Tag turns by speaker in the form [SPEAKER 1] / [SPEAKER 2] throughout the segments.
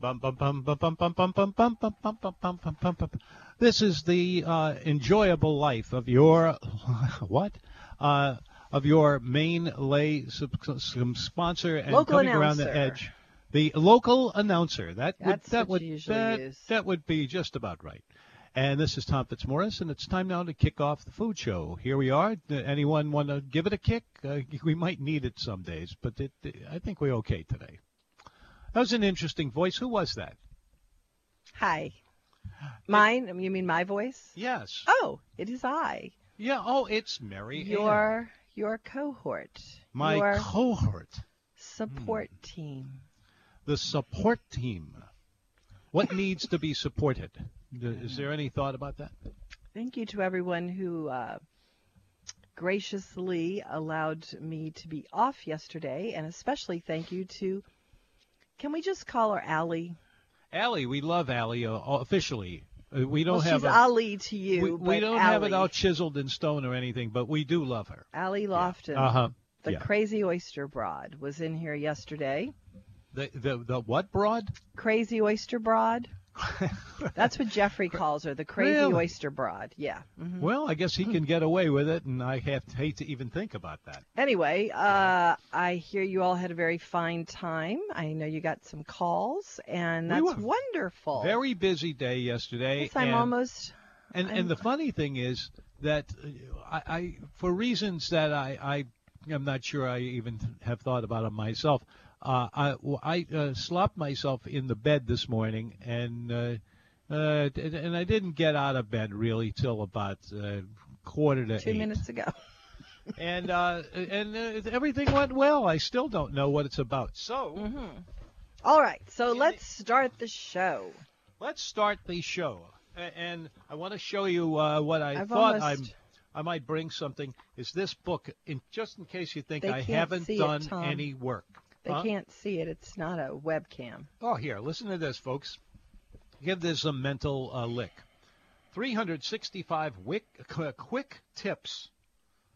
[SPEAKER 1] Bum, bum, bum, bum, bum, bum, bum, bum, bum, bum, bum, bum, bum, bum, bum, bum. This is the uh, enjoyable life of your what? Uh, of your main lay sub- sub- sponsor and
[SPEAKER 2] Local
[SPEAKER 1] coming around the
[SPEAKER 2] announcer.
[SPEAKER 1] edge. The local announcer. That would
[SPEAKER 2] That's
[SPEAKER 1] that
[SPEAKER 2] what
[SPEAKER 1] would
[SPEAKER 2] you usually
[SPEAKER 1] that,
[SPEAKER 2] use.
[SPEAKER 1] that would be just about right. And this is Tom Fitzmaurice, and it's time now to kick off the food show. Here we are. D- Anyone want to give it a kick? Uh, we might need it some days, but it, I think we're okay today. That was an interesting voice. Who was that?
[SPEAKER 2] Hi. Mine? You mean my voice?
[SPEAKER 1] Yes.
[SPEAKER 2] Oh, it is I.
[SPEAKER 1] Yeah. Oh, it's Mary. Ann,
[SPEAKER 2] Your your cohort.
[SPEAKER 1] my hmm.
[SPEAKER 2] your
[SPEAKER 1] cohort,
[SPEAKER 2] support team.
[SPEAKER 1] the support team. What needs to be supported? Th- Is there any thought about that?
[SPEAKER 2] Thank you to everyone who uh, graciously allowed me to be off yesterday, and especially thank you to. Can we just call her Allie?
[SPEAKER 1] Allie, we love Allie uh, officially. Uh, we don't
[SPEAKER 2] well,
[SPEAKER 1] have
[SPEAKER 2] she's
[SPEAKER 1] a,
[SPEAKER 2] Ali to you.
[SPEAKER 1] we, we
[SPEAKER 2] but
[SPEAKER 1] don't
[SPEAKER 2] Allie,
[SPEAKER 1] have it all chiseled in stone or anything, but we do love her.
[SPEAKER 2] Allie Lofton,
[SPEAKER 1] Uh huh.
[SPEAKER 2] the
[SPEAKER 1] yeah.
[SPEAKER 2] crazy oyster broad, was in here yesterday.
[SPEAKER 1] The, the the what broad?
[SPEAKER 2] Crazy oyster broad. That's what Jeffrey calls her, the crazy
[SPEAKER 1] Really?
[SPEAKER 2] oyster broad. Yeah. Mhm.
[SPEAKER 1] Well, I guess he can get away with it, and I have to hate to even think about that.
[SPEAKER 2] Anyway, uh, I hear you all had a very fine time. I know you got some calls, and
[SPEAKER 1] We
[SPEAKER 2] that's
[SPEAKER 1] were
[SPEAKER 2] wonderful.
[SPEAKER 1] Very busy day yesterday.
[SPEAKER 2] Oh. Yes, I'm
[SPEAKER 1] and-
[SPEAKER 2] almost.
[SPEAKER 1] And and the funny thing is that uh, I, I for reasons that I I am not sure I even have thought about it myself. Uh, I w- I, uh, slopped myself in the bed this morning and. Uh, uh, d- and I didn't get out of bed really till about uh, quarter to
[SPEAKER 2] Two
[SPEAKER 1] eight.
[SPEAKER 2] minutes ago.
[SPEAKER 1] And uh, and uh, everything went well. I still don't know what it's about.
[SPEAKER 2] Mm-hmm.
[SPEAKER 1] So
[SPEAKER 2] All right, so
[SPEAKER 1] the-
[SPEAKER 2] let's start the show.
[SPEAKER 1] let's start the show. A- And I want to show you uh, what I
[SPEAKER 2] I've
[SPEAKER 1] thought
[SPEAKER 2] almost-
[SPEAKER 1] I'm. I might bring something. Is this book? In just in case you think
[SPEAKER 2] They
[SPEAKER 1] I
[SPEAKER 2] can't
[SPEAKER 1] haven't
[SPEAKER 2] see it,
[SPEAKER 1] done
[SPEAKER 2] Tom.
[SPEAKER 1] any work.
[SPEAKER 2] They
[SPEAKER 1] Huh?
[SPEAKER 2] can't see it; it's not a webcam.
[SPEAKER 1] Oh, here, listen to this, folks. Give this a mental uh, lick. 365 wick, qu- quick tips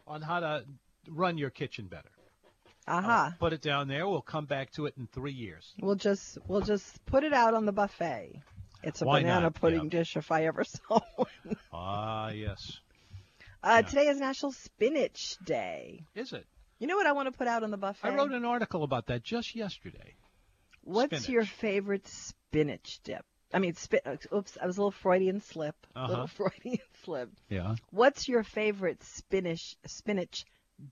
[SPEAKER 1] on how to run your kitchen better. Oh.
[SPEAKER 2] Aha!
[SPEAKER 1] Put it down there. We'll come back to it in three years.
[SPEAKER 2] We'll just we'll just put it out on the buffet. It's a
[SPEAKER 1] Why
[SPEAKER 2] banana
[SPEAKER 1] not?
[SPEAKER 2] pudding
[SPEAKER 1] Yeah.
[SPEAKER 2] dish if I ever saw one.
[SPEAKER 1] Ah, yes.
[SPEAKER 2] Uh, Today is National Spinach Day.
[SPEAKER 1] Is it?
[SPEAKER 2] You know what I want to put out on the buffet?
[SPEAKER 1] I wrote an article about that just yesterday.
[SPEAKER 2] What's your
[SPEAKER 1] spinach.
[SPEAKER 2] favorite spinach dip? I mean, spin. Oops, I was a little Freudian slip. A
[SPEAKER 1] Uh-huh.
[SPEAKER 2] Little Freudian slip.
[SPEAKER 1] Yeah.
[SPEAKER 2] What's your favorite spinach spinach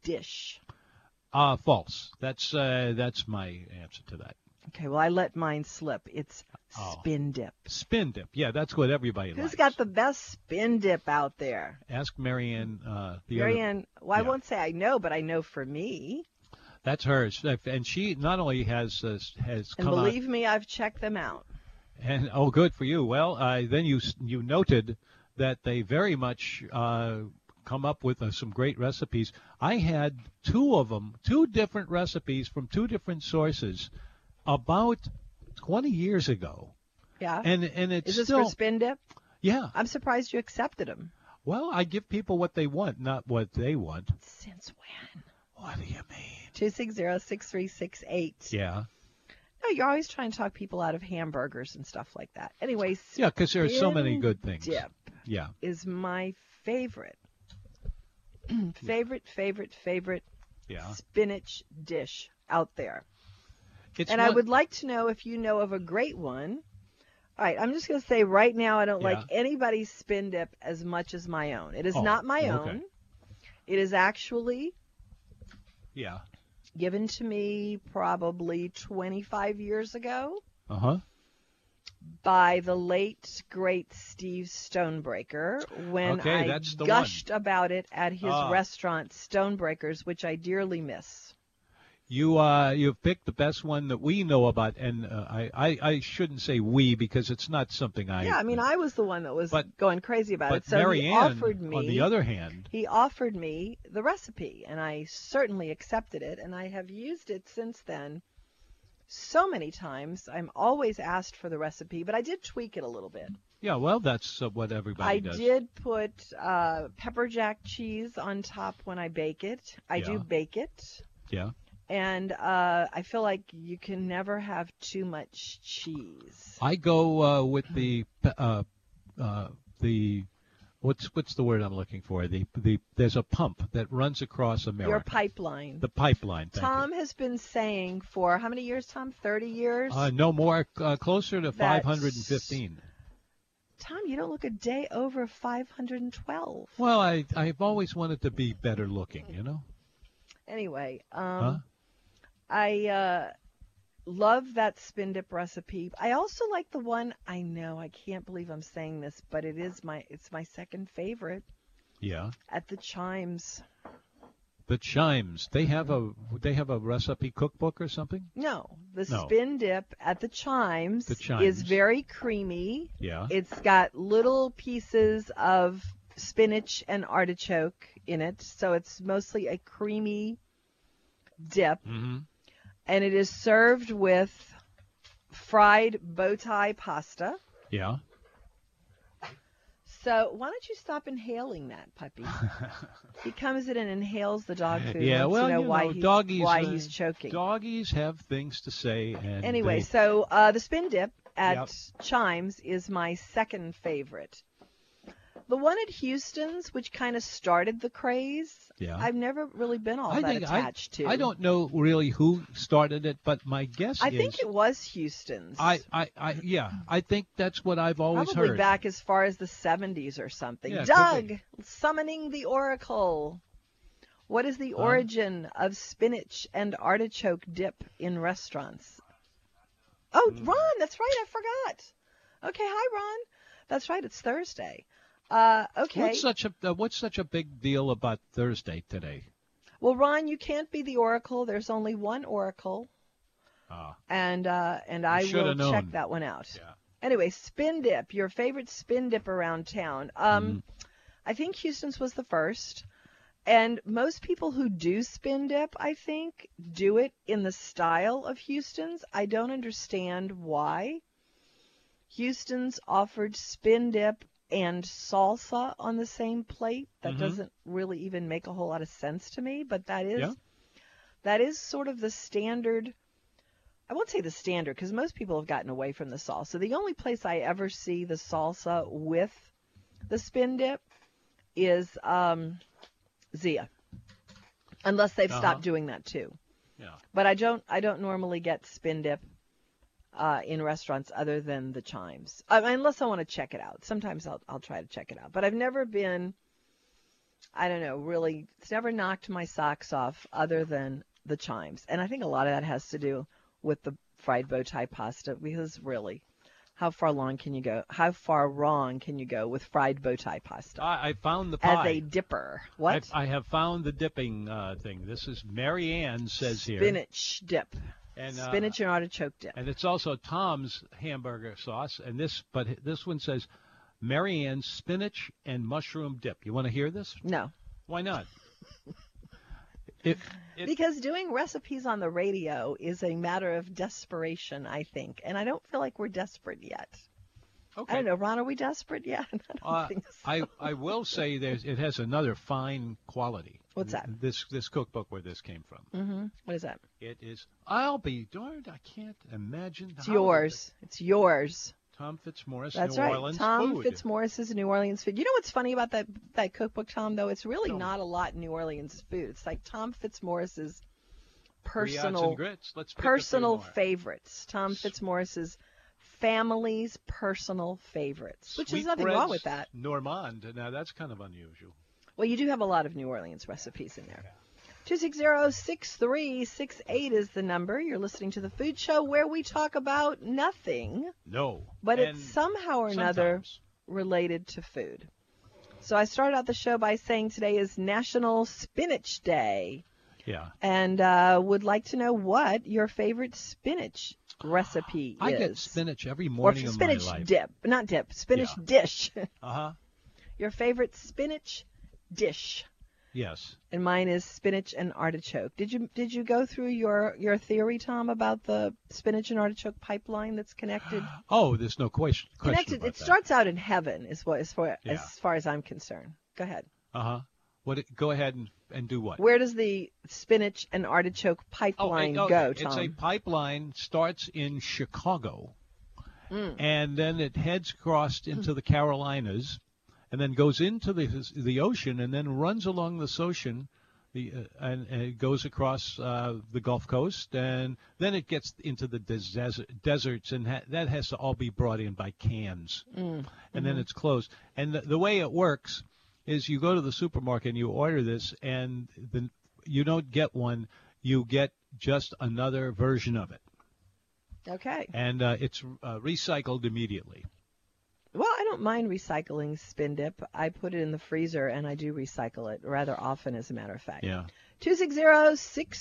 [SPEAKER 2] dish?
[SPEAKER 1] Uh, false. That's uh, that's my answer to that.
[SPEAKER 2] Okay, well I let mine slip. It's
[SPEAKER 1] Oh.
[SPEAKER 2] spin dip.
[SPEAKER 1] Spin dip. Yeah, that's what everybody
[SPEAKER 2] Who's
[SPEAKER 1] likes.
[SPEAKER 2] got the best spin dip out there?
[SPEAKER 1] Ask Marianne. Uh, the other-
[SPEAKER 2] Marianne, well,
[SPEAKER 1] yeah.
[SPEAKER 2] I won't say I know, but I know for me.
[SPEAKER 1] That's hers, and she not only has uh, has
[SPEAKER 2] And
[SPEAKER 1] come out-
[SPEAKER 2] believe me, I've checked them out.
[SPEAKER 1] and oh, good for you. Well, uh, then you s- you noted that they very much uh, come up with uh, some great recipes. I had two of them, two different recipes from two different sources, about 20 years ago,
[SPEAKER 2] Yeah.
[SPEAKER 1] and and it's
[SPEAKER 2] Is this
[SPEAKER 1] still
[SPEAKER 2] for spin dip?
[SPEAKER 1] yeah.
[SPEAKER 2] I'm surprised you accepted them.
[SPEAKER 1] Well, I give people what they want, not what they want.
[SPEAKER 2] Since when?
[SPEAKER 1] What do you mean?
[SPEAKER 2] 260-6368.
[SPEAKER 1] Yeah.
[SPEAKER 2] No, you're always trying to talk people out of hamburgers and stuff like that. Anyways,
[SPEAKER 1] Yeah, because there are so many
[SPEAKER 2] Skin
[SPEAKER 1] good things.
[SPEAKER 2] Dip
[SPEAKER 1] Yeah.
[SPEAKER 2] is my favorite. favorite, favorite, favorite
[SPEAKER 1] Yeah.
[SPEAKER 2] spinach dish out there.
[SPEAKER 1] It's
[SPEAKER 2] and I
[SPEAKER 1] one-
[SPEAKER 2] would like to know if you know of a great one. All right, I'm just going to say right now I don't like anybody's spin dip as much as my own. It is
[SPEAKER 1] Oh,
[SPEAKER 2] not my
[SPEAKER 1] okay.
[SPEAKER 2] own. It is actually
[SPEAKER 1] Yeah.
[SPEAKER 2] given to me probably 25 years ago
[SPEAKER 1] Uh huh.
[SPEAKER 2] by the late great Steve Stonebreaker when
[SPEAKER 1] Okay,
[SPEAKER 2] I
[SPEAKER 1] that's the one.
[SPEAKER 2] gushed about it at his
[SPEAKER 1] Ah.
[SPEAKER 2] restaurant Stonebreakers, which I dearly miss.
[SPEAKER 1] You uh, you've picked the best one that we know about, and uh, I, I I shouldn't say we because it's not something I.
[SPEAKER 2] yeah, I mean I was the one that was
[SPEAKER 1] But-
[SPEAKER 2] going crazy about
[SPEAKER 1] But
[SPEAKER 2] it. So
[SPEAKER 1] Mary
[SPEAKER 2] he
[SPEAKER 1] Ann,
[SPEAKER 2] offered me
[SPEAKER 1] on the other hand,
[SPEAKER 2] He offered me the recipe, and I certainly accepted it, and I have used it since then so many times. I'm always asked for the recipe, but I did tweak it a little bit.
[SPEAKER 1] yeah, well, that's uh, what everybody
[SPEAKER 2] I
[SPEAKER 1] does.
[SPEAKER 2] did put uh, pepper jack cheese on top when I bake it. I do
[SPEAKER 1] Yeah.
[SPEAKER 2] bake it.
[SPEAKER 1] Yeah.
[SPEAKER 2] And uh, I feel like you can never have too much cheese.
[SPEAKER 1] I go uh, with the pe- uh, uh, the what's what's the word I'm looking for? The the there's a pump that runs across America.
[SPEAKER 2] Your pipeline.
[SPEAKER 1] the pipeline. Thank
[SPEAKER 2] Tom has been saying for how many years, Tom? 30 years?
[SPEAKER 1] You. Uh, no more. Uh, closer to
[SPEAKER 2] That's-
[SPEAKER 1] 515.
[SPEAKER 2] Tom, you don't look a day over 512.
[SPEAKER 1] Well, I I've always wanted to be better looking. You know.
[SPEAKER 2] Anyway, um,
[SPEAKER 1] Huh?
[SPEAKER 2] I uh, love that spin dip recipe. I also like the one. I know I can't believe I'm saying this, but it is my it's my second favorite
[SPEAKER 1] Yeah.
[SPEAKER 2] at the Chimes.
[SPEAKER 1] The chimes. They have a they have a recipe cookbook or something.
[SPEAKER 2] No, the
[SPEAKER 1] No.
[SPEAKER 2] spin dip at the Chimes,
[SPEAKER 1] The
[SPEAKER 2] is
[SPEAKER 1] Chimes.
[SPEAKER 2] very creamy.
[SPEAKER 1] Yeah.
[SPEAKER 2] It's got little pieces of spinach and artichoke in it, so it's mostly a creamy dip.
[SPEAKER 1] mm-hmm.
[SPEAKER 2] and it is served with fried bow tie pasta.
[SPEAKER 1] Yeah.
[SPEAKER 2] So why don't you stop inhaling that puppy? he comes in and inhales the dog food.
[SPEAKER 1] Yeah,
[SPEAKER 2] wants
[SPEAKER 1] well,
[SPEAKER 2] to know
[SPEAKER 1] you
[SPEAKER 2] why
[SPEAKER 1] know,
[SPEAKER 2] he's
[SPEAKER 1] doggies,
[SPEAKER 2] why
[SPEAKER 1] uh,
[SPEAKER 2] he's choking.
[SPEAKER 1] Doggies have things to say. And
[SPEAKER 2] anyway,
[SPEAKER 1] they-
[SPEAKER 2] so uh, the spin dip at
[SPEAKER 1] Yep.
[SPEAKER 2] Chimes is my second favorite. The one at Houston's, which kind of started the craze,
[SPEAKER 1] Yeah.
[SPEAKER 2] I've never really been all
[SPEAKER 1] I
[SPEAKER 2] that
[SPEAKER 1] think
[SPEAKER 2] attached
[SPEAKER 1] I,
[SPEAKER 2] to.
[SPEAKER 1] I don't know really who started it, but my guess
[SPEAKER 2] I
[SPEAKER 1] is
[SPEAKER 2] think it was Houston's.
[SPEAKER 1] I, I, I yeah, I think that's what I've always
[SPEAKER 2] Probably
[SPEAKER 1] heard.
[SPEAKER 2] back as far as the 70s or something.
[SPEAKER 1] Yeah, it could
[SPEAKER 2] Doug,
[SPEAKER 1] be.
[SPEAKER 2] summoning the oracle. What is the origin of spinach and artichoke dip in restaurants? Oh,
[SPEAKER 1] Hmm.
[SPEAKER 2] Ron, that's right. I forgot. Okay, hi, Ron. That's right. It's Thursday. Uh, okay.
[SPEAKER 1] What's such a uh, what's such a big deal about Thursday today?
[SPEAKER 2] well, Ron, you can't be the oracle. There's only one oracle,
[SPEAKER 1] Uh,
[SPEAKER 2] and uh, and I will
[SPEAKER 1] shoulda
[SPEAKER 2] check
[SPEAKER 1] known.
[SPEAKER 2] that one out.
[SPEAKER 1] yeah.
[SPEAKER 2] Anyway, spin dip, your favorite spin dip around town. Um,
[SPEAKER 1] Mm-hmm.
[SPEAKER 2] I think Houston's was the first. And most people who do spin dip, I think, do it in the style of Houston's. I don't understand why. Houston's offered spin dip and salsa on the same plate. That
[SPEAKER 1] Mhm.
[SPEAKER 2] doesn't really even make a whole lot of sense to me, but that is
[SPEAKER 1] Yeah.
[SPEAKER 2] that is sort of the standard I won't say the standard because most people have gotten away from the salsa. The only place I ever see the salsa with the spin dip is um, Zia, unless they've
[SPEAKER 1] Uh-huh.
[SPEAKER 2] stopped doing that too.
[SPEAKER 1] Yeah.
[SPEAKER 2] But I don't I don't normally get spin dip uh, in restaurants other than the Chimes, I mean, unless I want to check it out. Sometimes I'll I'll try to check it out, but I've never been. I don't know, really, it's never knocked my socks off other than the chimes. And I think a lot of that has to do with the fried bow tie pasta because really, how far long can you go? How far wrong can you go with fried bow tie pasta
[SPEAKER 1] I, I found the
[SPEAKER 2] as
[SPEAKER 1] pie.
[SPEAKER 2] a dipper? What?
[SPEAKER 1] I, I have found the dipping uh, thing. This is Mary Ann says here.
[SPEAKER 2] Spinach dip.
[SPEAKER 1] And, uh,
[SPEAKER 2] Spinach and artichoke dip.
[SPEAKER 1] And it's also Tom's hamburger sauce. And this, but this one says Mary Ann's spinach and mushroom dip. You want to hear this?
[SPEAKER 2] no,
[SPEAKER 1] Why not? It, it,
[SPEAKER 2] because doing recipes on the radio is a matter of desperation, I think, and I don't feel like we're desperate yet.
[SPEAKER 1] Okay.
[SPEAKER 2] I don't know, Ron. Are we desperate yet? I don't
[SPEAKER 1] Uh,
[SPEAKER 2] think so.
[SPEAKER 1] I, I will say there's, it has another fine quality.
[SPEAKER 2] What's that?
[SPEAKER 1] This this cookbook where this came from.
[SPEAKER 2] Mm-hmm. What is that?
[SPEAKER 1] It is. I'll be darned. I can't imagine.
[SPEAKER 2] It's
[SPEAKER 1] how-
[SPEAKER 2] yours. It's yours.
[SPEAKER 1] Tom Fitzmaurice,
[SPEAKER 2] That's
[SPEAKER 1] New
[SPEAKER 2] right.
[SPEAKER 1] Orleans
[SPEAKER 2] Tom
[SPEAKER 1] food.
[SPEAKER 2] Fitzmaurice's New Orleans food. You know what's funny about that that cookbook, Tom? Though it's really not a lot New Orleans food. It's like Tom Fitzmaurice's
[SPEAKER 1] Griots
[SPEAKER 2] personal
[SPEAKER 1] and grits. Let's pick a few
[SPEAKER 2] personal
[SPEAKER 1] more.
[SPEAKER 2] favorites. Tom Fitzmaurice's family's personal favorites, which is nothing wrong
[SPEAKER 1] Sweetbreads,
[SPEAKER 2] with that.
[SPEAKER 1] Normand. Now that's kind of unusual.
[SPEAKER 2] Well, you do have a lot of New Orleans recipes in there. 260-6368 is the number. You're listening to the Food Show where we talk about nothing,
[SPEAKER 1] No.
[SPEAKER 2] but
[SPEAKER 1] And
[SPEAKER 2] it's somehow or another
[SPEAKER 1] sometimes.
[SPEAKER 2] related to food. So I started out the show by saying today is National Spinach Day
[SPEAKER 1] Yeah.
[SPEAKER 2] and uh, would like to know what your favorite spinach recipe
[SPEAKER 1] I
[SPEAKER 2] is.
[SPEAKER 1] get spinach every
[SPEAKER 2] or
[SPEAKER 1] morning of my
[SPEAKER 2] spinach
[SPEAKER 1] life.
[SPEAKER 2] dip, not dip, spinach
[SPEAKER 1] Yeah.
[SPEAKER 2] dish.
[SPEAKER 1] Uh huh.
[SPEAKER 2] your favorite spinach dish.
[SPEAKER 1] Yes.
[SPEAKER 2] and mine is spinach and artichoke. Did you did you go through your your theory, Tom, about the spinach and artichoke pipeline that's connected?
[SPEAKER 1] Oh, there's no question.
[SPEAKER 2] connected. It starts out in heaven, is what as far
[SPEAKER 1] Yeah.
[SPEAKER 2] as far as I'm concerned. Go ahead.
[SPEAKER 1] Uh huh. What? It, go ahead and, and do what?
[SPEAKER 2] Where does the spinach and artichoke
[SPEAKER 1] Oh, it-
[SPEAKER 2] pipeline
[SPEAKER 1] okay.
[SPEAKER 2] go,
[SPEAKER 1] It's a
[SPEAKER 2] Tom?
[SPEAKER 1] pipeline starts in Chicago,
[SPEAKER 2] Hmm.
[SPEAKER 1] and then it heads crossed into the Carolinas, and then goes into the the ocean, and then runs along this ocean, the uh, and, and it goes across uh, the Gulf Coast, and then it gets into the des- desert, deserts, and ha- that has to all be brought in by cans,
[SPEAKER 2] Mm.
[SPEAKER 1] and
[SPEAKER 2] Mm-hmm.
[SPEAKER 1] then it's closed. And the, the way it works is you go to the supermarket and you order this, and the, you don't get one. You get just another version of it,
[SPEAKER 2] okay.
[SPEAKER 1] and uh, it's uh, recycled immediately.
[SPEAKER 2] Well, I don't mind recycling spin dip. I put it in the freezer and I do recycle it rather often, as a matter of fact.
[SPEAKER 1] Yeah.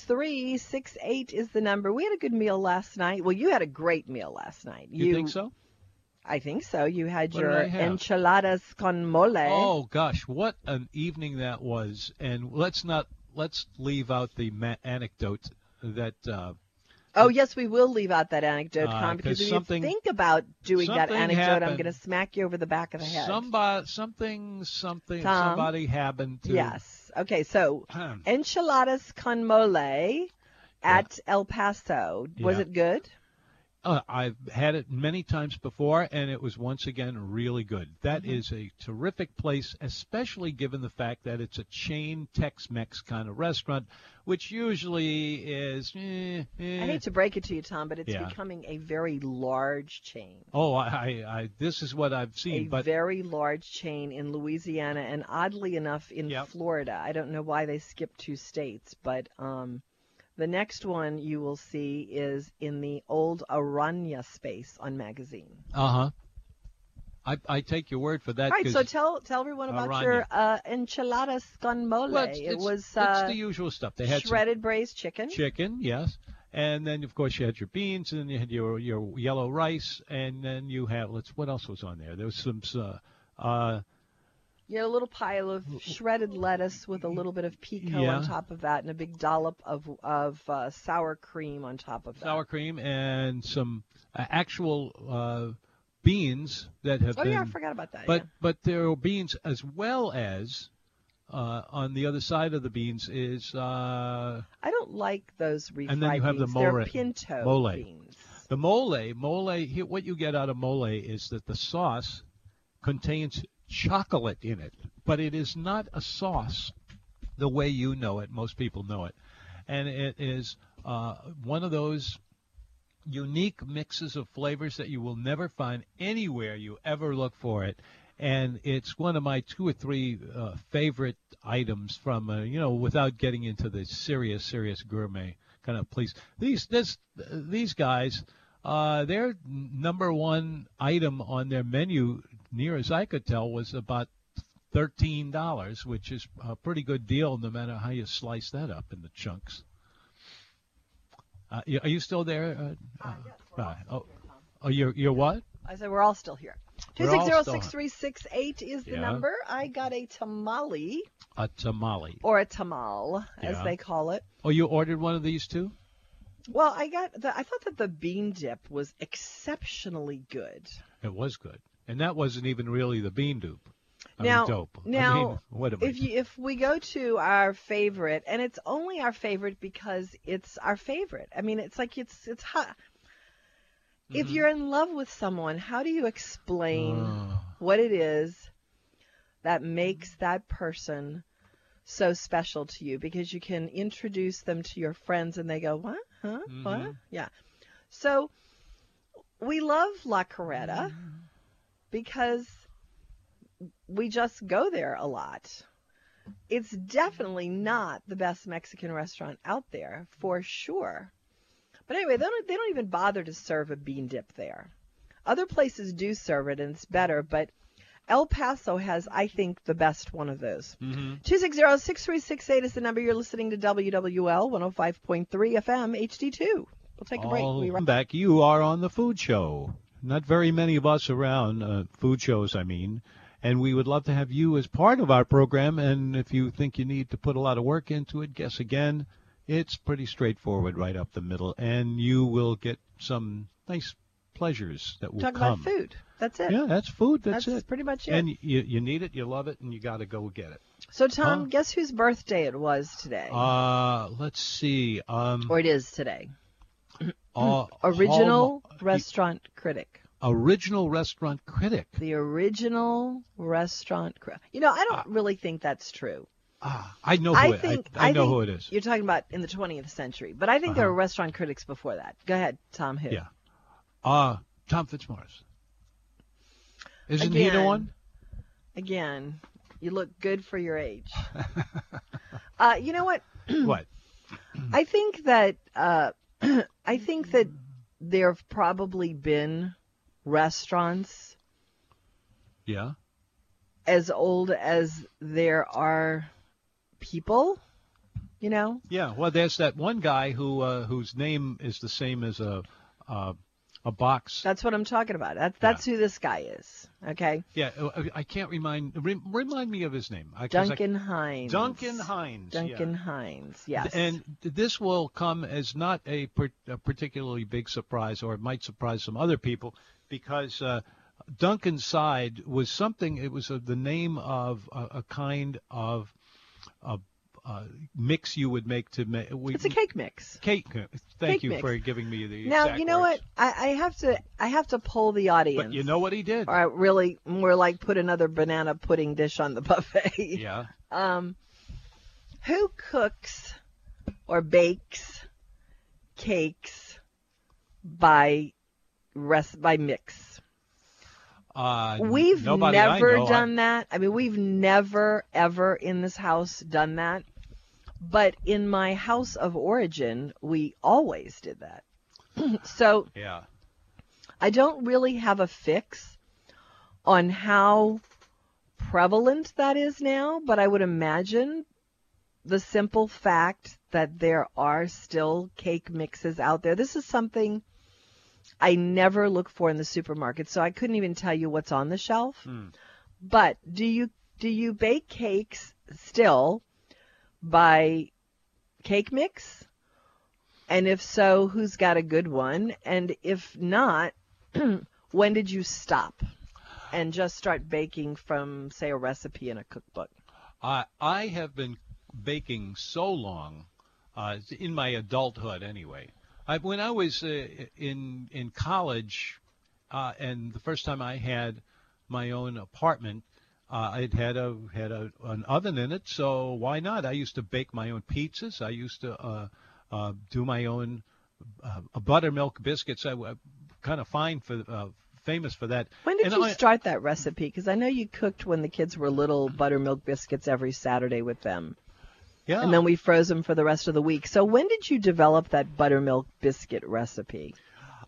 [SPEAKER 2] 260-6368 is the number. We had a good meal last night. Well, you had a great meal last night.
[SPEAKER 1] You, think so?
[SPEAKER 2] I think so. You had
[SPEAKER 1] What did
[SPEAKER 2] your
[SPEAKER 1] I have?
[SPEAKER 2] enchiladas con mole.
[SPEAKER 1] Oh gosh, what an evening that was! And let's not let's leave out the ma- anecdote that uh,
[SPEAKER 2] Oh, yes, we will leave out that anecdote,
[SPEAKER 1] Uh,
[SPEAKER 2] Tom, because
[SPEAKER 1] 'cause
[SPEAKER 2] if you
[SPEAKER 1] something-
[SPEAKER 2] think about doing that
[SPEAKER 1] something
[SPEAKER 2] anecdote, I'm
[SPEAKER 1] happened.
[SPEAKER 2] going to smack you over the back of the head.
[SPEAKER 1] somebody something something
[SPEAKER 2] Tom?
[SPEAKER 1] somebody happened to
[SPEAKER 2] Yes. Okay, so
[SPEAKER 1] Ahem.
[SPEAKER 2] enchiladas con mole at El Paso. Was
[SPEAKER 1] Yeah.
[SPEAKER 2] it good?
[SPEAKER 1] Uh, I've had it many times before, and it was once again really good. That
[SPEAKER 2] Mm-hmm.
[SPEAKER 1] is a terrific place, especially given the fact that it's a chain Tex-Mex kind of restaurant, which usually is. eh, eh.
[SPEAKER 2] I hate to break it to you, Tom, but it's
[SPEAKER 1] Yeah.
[SPEAKER 2] becoming a very large chain.
[SPEAKER 1] oh, I, I, I, this is what I've seen,
[SPEAKER 2] a
[SPEAKER 1] but
[SPEAKER 2] very large chain in Louisiana and oddly enough in
[SPEAKER 1] Yep.
[SPEAKER 2] Florida. I don't know why they skipped two states, but um, the next one you will see is in the old Aranya space on Magazine.
[SPEAKER 1] uh huh. I, I take your word for that.
[SPEAKER 2] All right,
[SPEAKER 1] 'cause-
[SPEAKER 2] so tell tell everyone about your
[SPEAKER 1] Aranya.
[SPEAKER 2] uh, enchiladas con mole.
[SPEAKER 1] well, it's,
[SPEAKER 2] it
[SPEAKER 1] it's-
[SPEAKER 2] was
[SPEAKER 1] it's
[SPEAKER 2] uh,
[SPEAKER 1] the usual stuff. They had some
[SPEAKER 2] shredded braised chicken.
[SPEAKER 1] chicken, yes. And then, of course, you had your beans, and then you had your your yellow rice, and then you had let's what else was on there? There was some uh, uh,
[SPEAKER 2] You had a little pile of shredded lettuce with a little bit of pico
[SPEAKER 1] Yeah.
[SPEAKER 2] on top of that, and a big dollop of of uh, sour cream on top of that.
[SPEAKER 1] sour cream and some uh, actual uh, beans that have
[SPEAKER 2] oh
[SPEAKER 1] been.
[SPEAKER 2] yeah, I forgot about that.
[SPEAKER 1] But
[SPEAKER 2] yeah.
[SPEAKER 1] but there are beans as well as uh, on the other side of the beans is uh,
[SPEAKER 2] I don't like those refried
[SPEAKER 1] then you have the
[SPEAKER 2] beans.
[SPEAKER 1] mole-
[SPEAKER 2] They're pinto
[SPEAKER 1] mole.
[SPEAKER 2] beans.
[SPEAKER 1] the mole. Mole. Here, what you get out of mole is that the sauce contains chocolate in it, but it is not a sauce the way you know it. Most people know it, and it is uh, one of those unique mixes of flavors that you will never find anywhere you ever look for it. And it's one of my two or three uh, favorite items from, uh, you know, without getting into the serious, serious gourmet kind of place. These, this, these guys, uh, their number one item on their menu, near as I could tell, was about thirteen dollars, which is a pretty good deal, no matter how you slice that up into chunks. Uh, y- are you still there? Uh, uh, uh, oh, oh, you're you're what?
[SPEAKER 2] I said we're all still here. Two
[SPEAKER 1] We're all
[SPEAKER 2] six zero
[SPEAKER 1] still
[SPEAKER 2] six three six eight is the
[SPEAKER 1] Yeah.
[SPEAKER 2] number. I got a tamale
[SPEAKER 1] A tamale.
[SPEAKER 2] or a tamal as
[SPEAKER 1] Yeah.
[SPEAKER 2] they call it.
[SPEAKER 1] Oh, you ordered one of these too?
[SPEAKER 2] Well, I got the I thought that the bean dip was exceptionally good.
[SPEAKER 1] It was good. and that wasn't even really the bean dupe. I mean,
[SPEAKER 2] now,
[SPEAKER 1] dope. I
[SPEAKER 2] now,
[SPEAKER 1] mean, what am I
[SPEAKER 2] if you, if we go to our favorite, and it's only our favorite because it's our favorite. I mean, it's like it's it's hot. If you're in love with someone, how do you explain what it is that makes that person so special to you? Because you can introduce them to your friends, and they go, "What? Huh? What? Yeah." So we love La Carreta because we just go there a lot. It's definitely not the best Mexican restaurant out there, for sure. But anyway, they don't, they don't even bother to serve a bean dip there. Other places do serve it, and it's better, but El Paso has, I think, the best one of those.
[SPEAKER 1] Mm-hmm.
[SPEAKER 2] 260 6368 is the number you're listening to WWL 105.3 FM HD2. We'll take a break.
[SPEAKER 1] All
[SPEAKER 2] We'll be right
[SPEAKER 1] back. You are on the food show. Not very many of us around, uh, food shows, I mean. And we would love to have you as part of our program. And if you think you need to put a lot of work into it, guess again. It's pretty straightforward right up the middle. And you will get some nice pleasures that will
[SPEAKER 2] Talk
[SPEAKER 1] come.
[SPEAKER 2] about food. That's it.
[SPEAKER 1] Yeah, that's food. That's,
[SPEAKER 2] That's
[SPEAKER 1] it.
[SPEAKER 2] pretty much it.
[SPEAKER 1] And you, you need it, you love it, and you got to go get it.
[SPEAKER 2] So, Tom,
[SPEAKER 1] Huh?
[SPEAKER 2] guess whose birthday it was today?
[SPEAKER 1] Uh, let's see. Um,
[SPEAKER 2] or it is today.
[SPEAKER 1] uh,
[SPEAKER 2] Original
[SPEAKER 1] Hallmark-
[SPEAKER 2] restaurant critic.
[SPEAKER 1] original restaurant critic.
[SPEAKER 2] The original restaurant critic. You know, I don't really think that's true.
[SPEAKER 1] Ah, I know who
[SPEAKER 2] I
[SPEAKER 1] it,
[SPEAKER 2] think
[SPEAKER 1] I, I know
[SPEAKER 2] think
[SPEAKER 1] who it is. Uh-huh.
[SPEAKER 2] You're talking about in the 20th century, but I think there were restaurant critics before that. Go ahead, Tom. Who?
[SPEAKER 1] Yeah. Uh, Tom Fitzmaurice. Isn't he the
[SPEAKER 2] Again.
[SPEAKER 1] one?
[SPEAKER 2] Again, you look good for your age. uh, you know what?
[SPEAKER 1] what?
[SPEAKER 2] I think that uh, I think that there have probably been restaurants
[SPEAKER 1] Yeah.
[SPEAKER 2] as old as there are people, you know?
[SPEAKER 1] Yeah. Well, there's that one guy who uh, whose name is the same as a uh, a box.
[SPEAKER 2] That's what I'm talking about. That's that's who this guy is. Okay.
[SPEAKER 1] yeah. uh, I can't remind. Re- remind me of his name. I, 'cause I-
[SPEAKER 2] Duncan Hines.
[SPEAKER 1] Duncan Hines. yeah.
[SPEAKER 2] Duncan Hines. Yes.
[SPEAKER 1] And this will come as not a, per, a particularly big surprise, or it might surprise some other people, because uh, Duncan's side was something. It was uh the name of a, a kind of a, uh mix you would make to make.
[SPEAKER 2] it's a cake mix.
[SPEAKER 1] Cake. uh, Thank
[SPEAKER 2] Cake
[SPEAKER 1] you
[SPEAKER 2] mix.
[SPEAKER 1] for giving me the.
[SPEAKER 2] Now
[SPEAKER 1] exact
[SPEAKER 2] you know
[SPEAKER 1] words.
[SPEAKER 2] what I, I have to I have to poll the audience.
[SPEAKER 1] But you know what he did.
[SPEAKER 2] or I really more like put another banana pudding dish on the buffet.
[SPEAKER 1] Yeah.
[SPEAKER 2] Um, who cooks or bakes cakes by rest by mix?
[SPEAKER 1] Uh, n-
[SPEAKER 2] We've
[SPEAKER 1] nobody I
[SPEAKER 2] never
[SPEAKER 1] know, I-
[SPEAKER 2] done that. I mean, we've never, ever in this house done that. But in my house of origin, we always did that. so
[SPEAKER 1] yeah.
[SPEAKER 2] I don't really have a fix on how prevalent that is now, but I would imagine the simple fact that there are still cake mixes out there. This is something I never look for in the supermarket, so I couldn't even tell you what's on the shelf. But do you do you bake cakes still by cake mix? And if so, who's got a good one? And if not, when did you stop and just start baking from, say, a recipe in a cookbook?
[SPEAKER 1] I I have been baking so long, uh, in my adulthood anyway. I, when I was uh, in in college, uh, and the first time I had my own apartment, uh, I'd had a had a, an oven in it, so why not? I used to bake my own pizzas. I used to uh, uh, do my own uh, buttermilk biscuits. I was kind of fine for uh, famous for that.
[SPEAKER 2] When did
[SPEAKER 1] And
[SPEAKER 2] you
[SPEAKER 1] I-
[SPEAKER 2] start that recipe? Because I know you cooked when the kids were little buttermilk biscuits every Saturday with them.
[SPEAKER 1] Yeah.
[SPEAKER 2] And then we froze them for the rest of the week. So when did you develop that buttermilk biscuit recipe?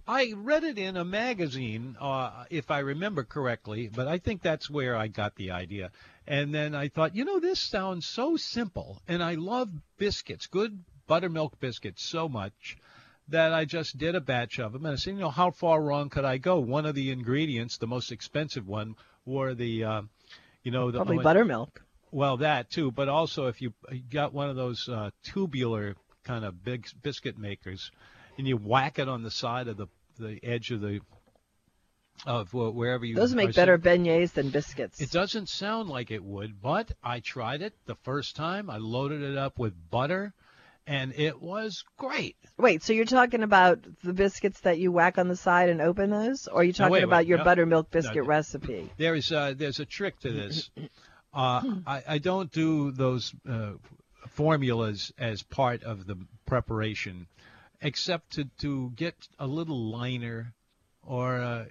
[SPEAKER 1] I read it in a magazine, uh, if I remember correctly, but I think that's where I got the idea. And then I thought, you know, this sounds so simple, and I love biscuits, good buttermilk biscuits, so much that I just did a batch of them. And I said, you know, how far wrong could I go? One of the ingredients, the most expensive one, were the, uh, you know, the
[SPEAKER 2] Probably
[SPEAKER 1] oh,
[SPEAKER 2] buttermilk.
[SPEAKER 1] well, that too, but also if you got one of those uh, tubular kind of big biscuit makers, and you whack it on the side of the the edge of the of wh- wherever you.
[SPEAKER 2] Those
[SPEAKER 1] are
[SPEAKER 2] make
[SPEAKER 1] sit-
[SPEAKER 2] better beignets than biscuits.
[SPEAKER 1] It doesn't sound like it would, but I tried it the first time. I loaded it up with butter, and it was great.
[SPEAKER 2] Wait, so you're talking about the biscuits that you whack on the side and open those, or are you talking
[SPEAKER 1] wait,
[SPEAKER 2] about
[SPEAKER 1] wait,
[SPEAKER 2] your
[SPEAKER 1] no.
[SPEAKER 2] buttermilk biscuit
[SPEAKER 1] no.
[SPEAKER 2] recipe?
[SPEAKER 1] There's uh, there's a trick to this. Uh, I, I don't do those uh, formulas as part of the preparation, except to, to get a little liner or uh,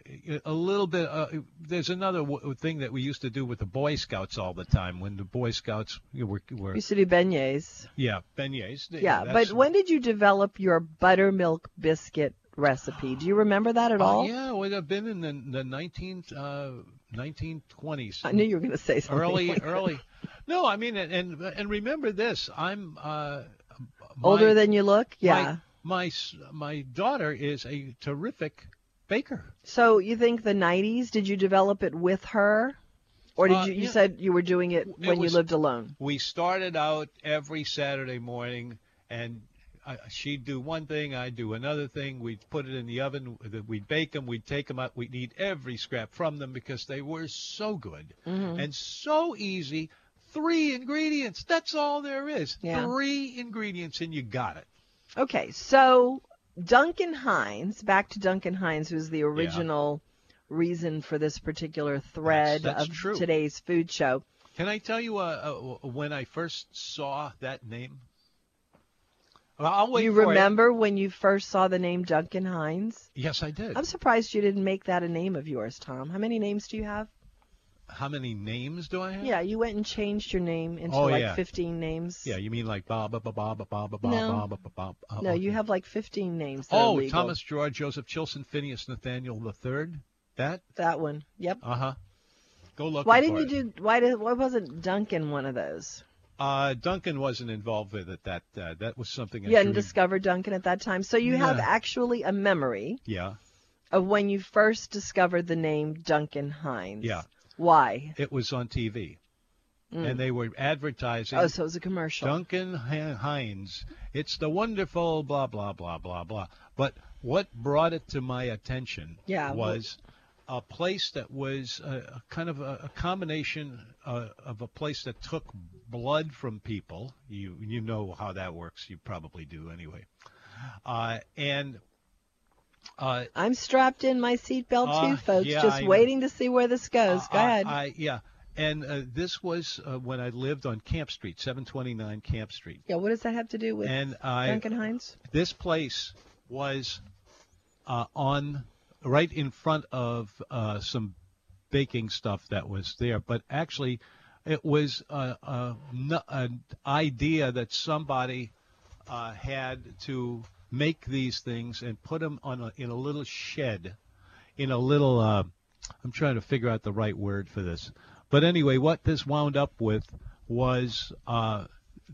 [SPEAKER 1] a little bit. Uh, there's another w- thing that we used to do with the Boy Scouts all the time when the Boy Scouts were,
[SPEAKER 2] We
[SPEAKER 1] were
[SPEAKER 2] used to do beignets.
[SPEAKER 1] yeah beignets.
[SPEAKER 2] Yeah,
[SPEAKER 1] that's-
[SPEAKER 2] but when did you develop your buttermilk biscuit recipe? Do you remember that at
[SPEAKER 1] Uh,
[SPEAKER 2] all?
[SPEAKER 1] yeah, it would have been in the, the 19, uh, 1920s.
[SPEAKER 2] I knew you were going to say something.
[SPEAKER 1] early,
[SPEAKER 2] like that.
[SPEAKER 1] early. No, I mean, and and, and remember this. I'm uh, my-
[SPEAKER 2] Older than you look? Yeah.
[SPEAKER 1] My, my s- my daughter is a terrific baker.
[SPEAKER 2] So you think the 90s? Did you develop it with her, or did
[SPEAKER 1] Uh,
[SPEAKER 2] you? You
[SPEAKER 1] yeah.
[SPEAKER 2] said you were doing it when
[SPEAKER 1] was-
[SPEAKER 2] you lived alone.
[SPEAKER 1] We started out every Saturday morning, and I, she'd do one thing, I'd do another thing. We'd put it in the oven, we'd bake them, we'd take them out, we'd eat every scrap from them because they were so good
[SPEAKER 2] Mm-hmm.
[SPEAKER 1] and so easy. Three ingredients. That's all there is.
[SPEAKER 2] Yeah.
[SPEAKER 1] Three ingredients, and you got it.
[SPEAKER 2] Okay, so Duncan Hines, back to Duncan Hines, who's the original reason for this particular thread
[SPEAKER 1] That's- that's
[SPEAKER 2] of
[SPEAKER 1] true.
[SPEAKER 2] today's food show.
[SPEAKER 1] Can I tell you uh, uh, when I first saw that name? Well, I'll wait
[SPEAKER 2] you
[SPEAKER 1] for it.
[SPEAKER 2] remember when you first saw the name Duncan Hines?
[SPEAKER 1] Yes, I did.
[SPEAKER 2] I'm surprised you didn't make that a name of yours, Tom. How many names do you have?
[SPEAKER 1] How many names do I have?
[SPEAKER 2] Yeah, you went and changed your name into
[SPEAKER 1] Oh,
[SPEAKER 2] like
[SPEAKER 1] yeah.
[SPEAKER 2] 15 names.
[SPEAKER 1] Yeah, you mean like ba ba ba ba ba ba ba ba
[SPEAKER 2] No.
[SPEAKER 1] ba ba ba ba. uh,
[SPEAKER 2] no, you
[SPEAKER 1] okay.
[SPEAKER 2] have like 15 names. That are
[SPEAKER 1] Oh,
[SPEAKER 2] legal.
[SPEAKER 1] Thomas George, Joseph Chilson, Phineas Nathaniel the Third. That.
[SPEAKER 2] That one. Yep.
[SPEAKER 1] Uh huh. Go look.
[SPEAKER 2] Why didn't you do? Why did? Why wasn't Duncan one of those?
[SPEAKER 1] Uh, Duncan wasn't involved with it. That uh, that was something. that
[SPEAKER 2] You hadn't
[SPEAKER 1] Judy-
[SPEAKER 2] discovered Duncan at that time, so you have
[SPEAKER 1] No.
[SPEAKER 2] actually a memory
[SPEAKER 1] Yeah.
[SPEAKER 2] of when you first discovered the name Duncan Hines.
[SPEAKER 1] Yeah.
[SPEAKER 2] Why?
[SPEAKER 1] It was on TV, and they were advertising.
[SPEAKER 2] Mm. Oh, so it was a commercial.
[SPEAKER 1] Duncan H- Hines. It's the wonderful blah blah blah blah blah. But what brought it to my attention
[SPEAKER 2] Yeah, wh-
[SPEAKER 1] was a place that was a, a kind of a, a combination uh, of a place that took blood from people. You you know how that works. You probably do anyway. Uh, and uh,
[SPEAKER 2] I'm strapped in my seatbelt
[SPEAKER 1] Uh,
[SPEAKER 2] too, folks,
[SPEAKER 1] yeah,
[SPEAKER 2] just
[SPEAKER 1] I-
[SPEAKER 2] waiting to see where this goes. Go
[SPEAKER 1] I-
[SPEAKER 2] ahead.
[SPEAKER 1] I, yeah. And uh, this was uh, when I lived on Camp Street, 729 Camp Street.
[SPEAKER 2] yeah, what does that have to do with
[SPEAKER 1] And I
[SPEAKER 2] Duncan Hines?
[SPEAKER 1] this place was uh, on right in front of uh, some baking stuff that was there, but actually, it was uh, uh, n- an idea that somebody uh, had to make these things and put them on a, in a little shed, in a little. Uh, I'm trying to figure out the right word for this, but anyway, what this wound up with was uh,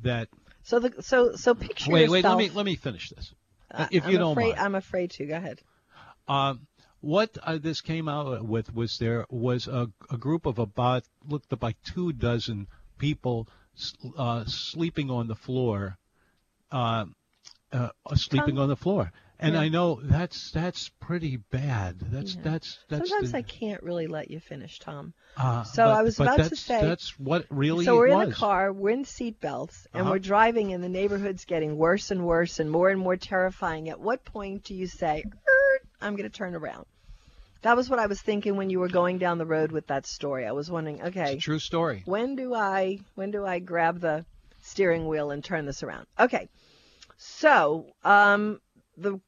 [SPEAKER 1] that
[SPEAKER 2] So the so so picture
[SPEAKER 1] wait,
[SPEAKER 2] yourself.
[SPEAKER 1] wait, let me let me finish this,
[SPEAKER 2] I-
[SPEAKER 1] if
[SPEAKER 2] I'm
[SPEAKER 1] you don't
[SPEAKER 2] afraid,
[SPEAKER 1] mind.
[SPEAKER 2] I'm afraid to. Go ahead.
[SPEAKER 1] Um, what uh, this came out with was there was a, a group of about looked about two dozen people s- uh, sleeping on the floor, uh, uh, sleeping
[SPEAKER 2] Um,
[SPEAKER 1] on the floor. And I know that's that's pretty bad. That's that's that's.
[SPEAKER 2] Sometimes
[SPEAKER 1] the-
[SPEAKER 2] I can't really let you finish, Tom.
[SPEAKER 1] uh,
[SPEAKER 2] so
[SPEAKER 1] but-
[SPEAKER 2] I was
[SPEAKER 1] but
[SPEAKER 2] about to
[SPEAKER 1] that's-
[SPEAKER 2] say-
[SPEAKER 1] that's what really.
[SPEAKER 2] So
[SPEAKER 1] it
[SPEAKER 2] we're in a
[SPEAKER 1] was.
[SPEAKER 2] car, we're in seatbelts, and
[SPEAKER 1] Uh-huh.
[SPEAKER 2] we're driving, and the neighborhood's getting worse and worse and more and more terrifying. At what point do you say, "Er, I'm going to turn around? That was what I was thinking when you were going down the road with that story. I was wondering, okay,
[SPEAKER 1] True story.
[SPEAKER 2] when do I when do I grab the steering wheel and turn this around? Okay. So, um the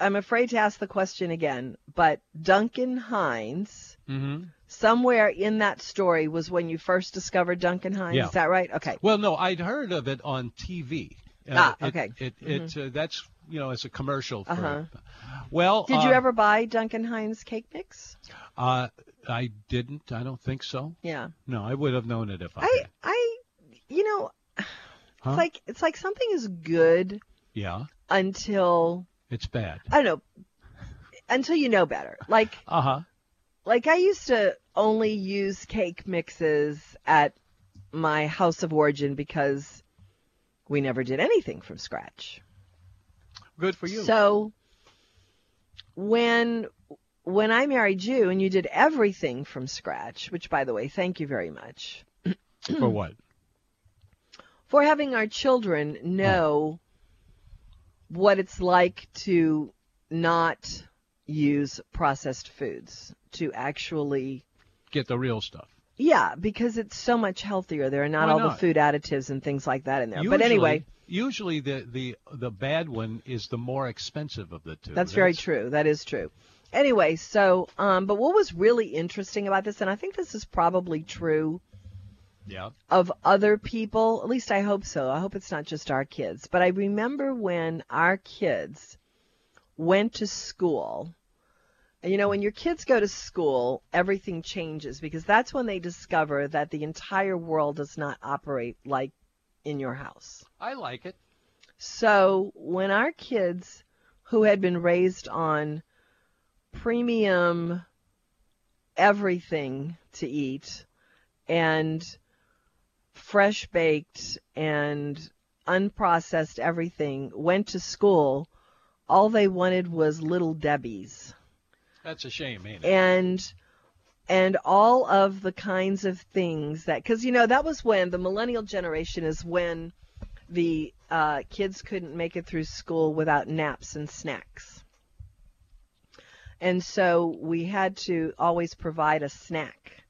[SPEAKER 2] I'm afraid to ask the question again, but Duncan Hines
[SPEAKER 1] Mm-hmm.
[SPEAKER 2] somewhere in that story was when you first discovered Duncan Hines,
[SPEAKER 1] Yeah.
[SPEAKER 2] is that right? Okay.
[SPEAKER 1] Well, no, I'd heard of it on TV.
[SPEAKER 2] Ah,
[SPEAKER 1] it-
[SPEAKER 2] okay.
[SPEAKER 1] It, it, uh, that's you know it's a commercial. For,
[SPEAKER 2] Uh-huh.
[SPEAKER 1] Well,
[SPEAKER 2] Did you
[SPEAKER 1] uh,
[SPEAKER 2] ever buy Duncan Hines cake mix?
[SPEAKER 1] Uh, I didn't. I don't think so.
[SPEAKER 2] Yeah.
[SPEAKER 1] No, I would have known it if I.
[SPEAKER 2] I
[SPEAKER 1] had.
[SPEAKER 2] I you know,
[SPEAKER 1] Huh?
[SPEAKER 2] it's like it's like something is good
[SPEAKER 1] yeah,
[SPEAKER 2] until
[SPEAKER 1] it's bad.
[SPEAKER 2] I don't know until you know better. Like
[SPEAKER 1] Uh huh.
[SPEAKER 2] like I used to only use cake mixes at my house of origin because we never did anything from scratch.
[SPEAKER 1] Good for you.
[SPEAKER 2] So when when I married you and you did everything from scratch, which by the way, thank you very much hmm.
[SPEAKER 1] for what?
[SPEAKER 2] for having our children know what it's like to not use processed foods, to actually
[SPEAKER 1] Get the real stuff.
[SPEAKER 2] yeah, because it's so much healthier. There are not
[SPEAKER 1] Why
[SPEAKER 2] all the
[SPEAKER 1] not?
[SPEAKER 2] food additives and things like that in there.
[SPEAKER 1] Usually-
[SPEAKER 2] but anyway,
[SPEAKER 1] usually the, the the bad one is the more expensive of the two.
[SPEAKER 2] That's very true. That is true. Anyway, so um, but what was really interesting about this, and I think this is probably true
[SPEAKER 1] Yeah.
[SPEAKER 2] of other people. At least I hope so. I hope it's not just our kids. But I remember when our kids went to school. And, You know, when your kids go to school, everything changes because that's when they discover that the entire world does not operate like in your house.
[SPEAKER 1] I like it.
[SPEAKER 2] So when our kids, who had been raised on premium everything to eat and fresh baked and unprocessed everything, went to school, all they wanted was little Debbie's
[SPEAKER 1] That's a shame, ain't it?
[SPEAKER 2] and and all of the kinds of things that because you know that was when the millennial generation is when the uh, kids couldn't make it through school without naps and snacks and so we had to always provide a snack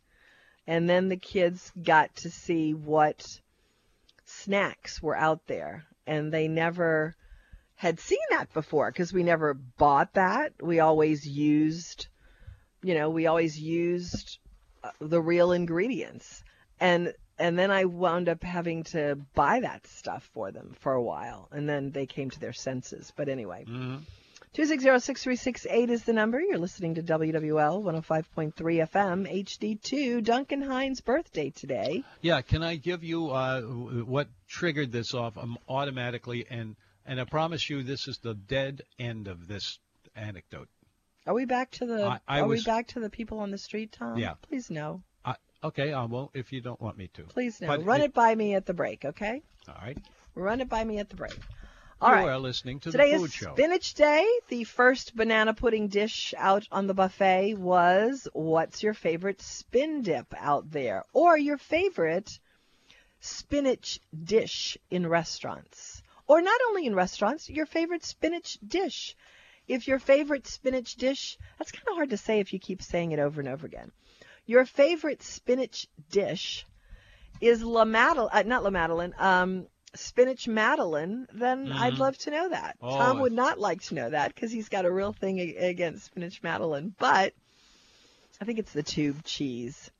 [SPEAKER 2] and then the kids got to see what snacks were out there and they never had seen that before because we never bought that we always used you know, we always used uh, the real ingredients. And and then I wound up having to buy that stuff for them for a while, and then they came to their senses. But anyway,
[SPEAKER 1] Mm-hmm.
[SPEAKER 2] two six zero six three six eight is the number. You're listening to WWL one hundred five point three FM HD two. Duncan Hines' birthday today.
[SPEAKER 1] Yeah, can I give you uh, w- what triggered this off um, automatically? And and I promise you, this is the dead end of this anecdote.
[SPEAKER 2] Are we back to the?
[SPEAKER 1] I- I
[SPEAKER 2] are
[SPEAKER 1] was-
[SPEAKER 2] we back to the people on the street, Tom?
[SPEAKER 1] Yeah.
[SPEAKER 2] Please no.
[SPEAKER 1] I, okay, I won't if you don't want me to.
[SPEAKER 2] Please no.
[SPEAKER 1] But
[SPEAKER 2] Run it, by me at the break, okay?
[SPEAKER 1] All right.
[SPEAKER 2] Run it by me at the break. All
[SPEAKER 1] you
[SPEAKER 2] right.
[SPEAKER 1] are listening to
[SPEAKER 2] Today
[SPEAKER 1] the Food
[SPEAKER 2] is
[SPEAKER 1] Show.
[SPEAKER 2] Spinach Day. The first banana pudding dish out on the buffet was what's your favorite spin dip out there or your favorite spinach dish in restaurants? Or not only in restaurants, your favorite spinach dish. If your favorite spinach dish, that's kind of hard to say if you keep saying it over and over again. Your favorite spinach dish is La Madel uh, not La Madeline, um, spinach Madeline, then I'd love to know that.
[SPEAKER 1] Mm-hmm. Oh,
[SPEAKER 2] Tom would
[SPEAKER 1] I-
[SPEAKER 2] not like to know that because he's got a real thing a- against spinach Madeline, but I think it's the tube cheese.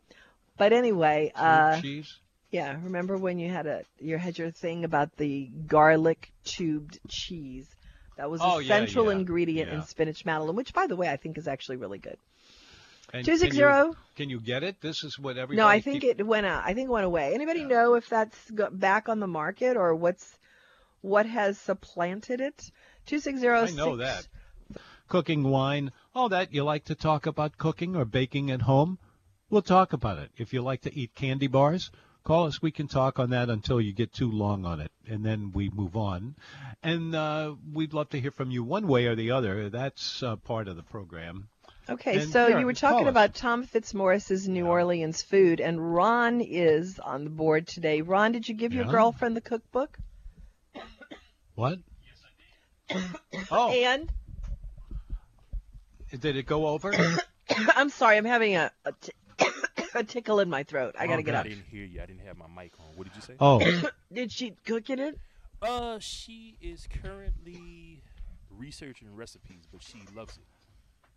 [SPEAKER 2] But anyway, uh,
[SPEAKER 1] cheese.
[SPEAKER 2] yeah, remember when you had a you had your thing about the garlic tubed cheese? That was
[SPEAKER 1] Oh,
[SPEAKER 2] a
[SPEAKER 1] yeah,
[SPEAKER 2] central
[SPEAKER 1] yeah,
[SPEAKER 2] ingredient in
[SPEAKER 1] yeah.
[SPEAKER 2] spinach Madeline, which by the way I think is actually really good.
[SPEAKER 1] And
[SPEAKER 2] 260.
[SPEAKER 1] Can you, can you get it? This is what everybody.
[SPEAKER 2] No, I think
[SPEAKER 1] keep-
[SPEAKER 2] it went out. I think it went away. Anybody know if that's go- back on the market or what's what has supplanted it? Two six zero.
[SPEAKER 1] I know that. Cooking wine, all that. You like to talk about cooking or baking at home? We'll talk about it. If you like to eat candy bars, call us. We can talk on that until you get too long on it, and then we move on. And uh, we'd love to hear from you one way or the other. That's uh, part of the program.
[SPEAKER 2] Okay,
[SPEAKER 1] And
[SPEAKER 2] so
[SPEAKER 1] here,
[SPEAKER 2] you were
[SPEAKER 1] call
[SPEAKER 2] talking
[SPEAKER 1] us.
[SPEAKER 2] about Tom Fitzmaurice's New Orleans food, and Ron is on the board today. Ron, did you give your
[SPEAKER 1] Yeah.
[SPEAKER 2] girlfriend the cookbook?
[SPEAKER 1] What? Oh,
[SPEAKER 2] And
[SPEAKER 1] did it go over?
[SPEAKER 2] I'm sorry, I'm having a a, t- a tickle in my throat. I gotta get
[SPEAKER 3] I
[SPEAKER 2] up.
[SPEAKER 3] didn't hear you. I didn't have my mic on. What did you say?
[SPEAKER 1] Oh,
[SPEAKER 2] Did she cook in it?
[SPEAKER 3] Uh, she is currently researching recipes, but she loves it.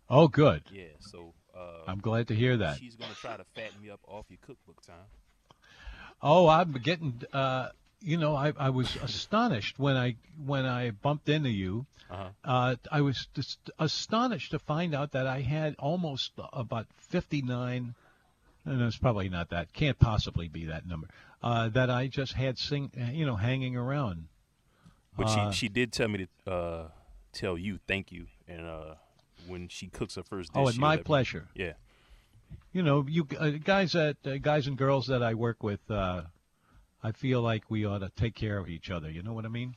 [SPEAKER 1] oh, good.
[SPEAKER 3] Yeah, so uh,
[SPEAKER 1] I'm glad to hear that.
[SPEAKER 3] she's gonna try to fatten me up off your cookbook time.
[SPEAKER 1] Oh, I'm getting. Uh, you know, I, I was astonished when I when I bumped into you.
[SPEAKER 3] Uh-huh.
[SPEAKER 1] Uh, I was just astonished to find out that I had almost about 59. And it's probably not that. Can't possibly be that number. Uh, that I just had sing, you know, hanging around.
[SPEAKER 3] But
[SPEAKER 1] Uh,
[SPEAKER 3] she she did tell me to uh tell you thank you, and uh when she cooks her first dish.
[SPEAKER 1] Oh, and
[SPEAKER 3] she'll
[SPEAKER 1] my
[SPEAKER 3] let me-
[SPEAKER 1] pleasure.
[SPEAKER 3] Yeah.
[SPEAKER 1] You know, you uh, guys that uh, guys and girls that I work with, uh, I feel like we ought to take care of each other. You know what I mean?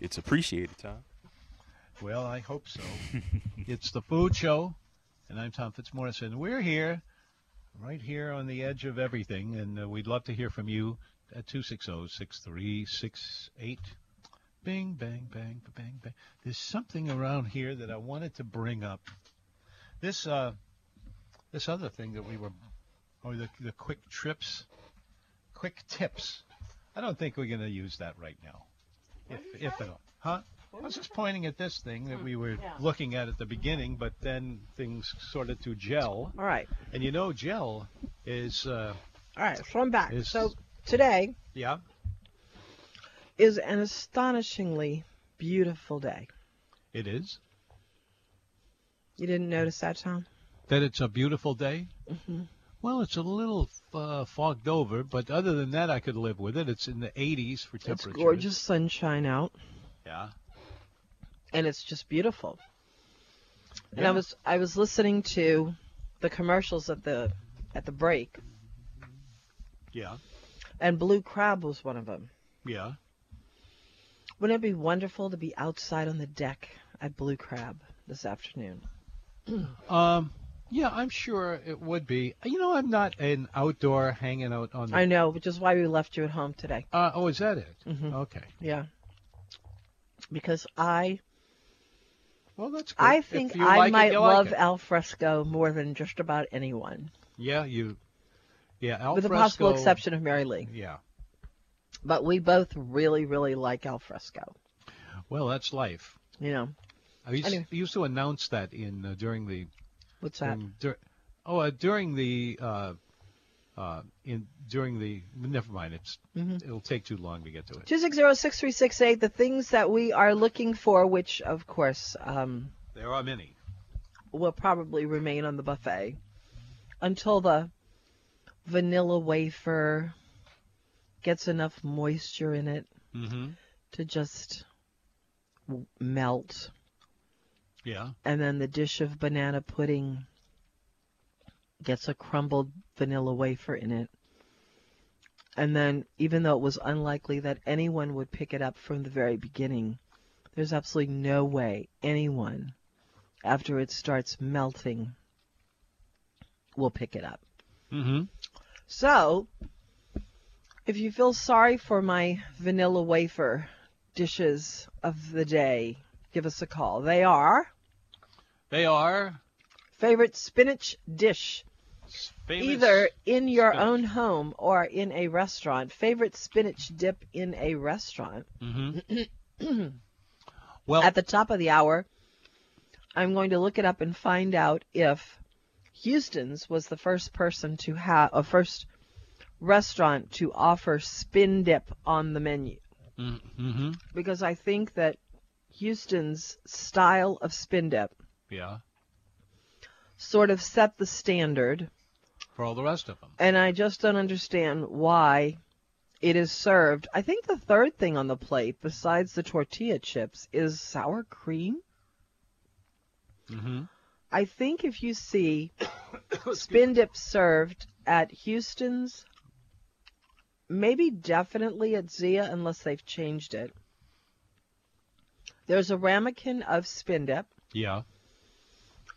[SPEAKER 3] It's appreciated, Tom.
[SPEAKER 1] Well, I hope so. it's the food show. and I'm Tom Fitzmorrison. We're here, right here on the edge of everything, and uh, we'd love to hear from you at oh, 260-6368. Bing, bang, bang, bang, bang. There's something around here that I wanted to bring up. This uh, this other thing that we were, or the, the quick trips, quick tips. I don't think we're going to use that right now, if, if at all. Huh? I was just pointing at this thing that we were looking at at the beginning, but then things sorted to gel.
[SPEAKER 2] All right.
[SPEAKER 1] And you know, gel is, uh,
[SPEAKER 2] All right. So I'm back.
[SPEAKER 1] Is-
[SPEAKER 2] So today
[SPEAKER 1] yeah,
[SPEAKER 2] is an astonishingly beautiful day.
[SPEAKER 1] it is.
[SPEAKER 2] You didn't notice that, Tom?
[SPEAKER 1] That it's a beautiful day?
[SPEAKER 2] Mm-hmm.
[SPEAKER 1] Well, it's a little uh, fogged over, but other than that, I could live with it. It's in the 80s for
[SPEAKER 2] It's
[SPEAKER 1] temperature.
[SPEAKER 2] gorgeous sunshine out,
[SPEAKER 1] Yeah.
[SPEAKER 2] and it's just beautiful. And
[SPEAKER 1] Yeah.
[SPEAKER 2] I was I was listening to the commercials at the at the break,
[SPEAKER 1] Yeah.
[SPEAKER 2] and Blue Crab was one of them.
[SPEAKER 1] Yeah.
[SPEAKER 2] Wouldn't it be wonderful to be outside on the deck at Blue Crab this afternoon?
[SPEAKER 1] Um, yeah, I'm sure it would be. You know, I'm not an outdoor hanging out on the.
[SPEAKER 2] I know, which is why we left you at home today.
[SPEAKER 1] uh, oh, is that it?
[SPEAKER 2] Mm-hmm.
[SPEAKER 1] Okay.
[SPEAKER 2] Yeah. Because I
[SPEAKER 1] Well, that's good.
[SPEAKER 2] I
[SPEAKER 1] If
[SPEAKER 2] think
[SPEAKER 1] you
[SPEAKER 2] I
[SPEAKER 1] like it,
[SPEAKER 2] might
[SPEAKER 1] you like
[SPEAKER 2] love
[SPEAKER 1] it.
[SPEAKER 2] al fresco more than just about anyone,
[SPEAKER 1] Yeah, you. Yeah, al
[SPEAKER 2] with the
[SPEAKER 1] fresco.
[SPEAKER 2] possible exception of Mary Lee.
[SPEAKER 1] Yeah.
[SPEAKER 2] But we both really, really like al fresco.
[SPEAKER 1] Well, that's life.
[SPEAKER 2] You know,
[SPEAKER 1] I used,
[SPEAKER 2] Anyway.
[SPEAKER 1] I used to announce that in uh, during the
[SPEAKER 2] what's that?
[SPEAKER 1] during, dur- oh uh, during the uh, uh, in during the never mind it's
[SPEAKER 2] Mm-hmm.
[SPEAKER 1] it'll take too long to get to it.
[SPEAKER 2] Two six zero six three six eight. The things that we are looking for, which of course um,
[SPEAKER 1] There are many.
[SPEAKER 2] will probably remain on the buffet until the vanilla wafer gets enough moisture in it
[SPEAKER 1] Mm-hmm.
[SPEAKER 2] to just w- melt.
[SPEAKER 1] Yeah.
[SPEAKER 2] and then the dish of banana pudding gets a crumbled vanilla wafer in it. And then, even though it was unlikely that anyone would pick it up from the very beginning, there's absolutely no way anyone, after it starts melting, will pick it up.
[SPEAKER 1] Mm-hmm.
[SPEAKER 2] So, if you feel sorry for my vanilla wafer dishes of the day, give us a call. They are
[SPEAKER 1] They are
[SPEAKER 2] favorite spinach dish,
[SPEAKER 1] famous.
[SPEAKER 2] either in your
[SPEAKER 1] spinach.
[SPEAKER 2] own home or in a restaurant. Favorite spinach dip in a restaurant.
[SPEAKER 1] well,
[SPEAKER 2] At the top of the hour, I'm going to look it up and find out if Houston's was the first person to have a first restaurant to offer spin dip on the menu.
[SPEAKER 1] hmm
[SPEAKER 2] Because I think that Houston's style of spin dip
[SPEAKER 1] yeah,
[SPEAKER 2] sort of set the standard
[SPEAKER 1] for all the rest of them.
[SPEAKER 2] and I just don't understand why it is served. I think the third thing on the plate, besides the tortilla chips, is sour cream.
[SPEAKER 1] Mm-hmm.
[SPEAKER 2] I think if you see spin dip served at Houston's, maybe definitely at Zia, unless they've changed it. There's a ramekin of spin dip,
[SPEAKER 1] Yeah,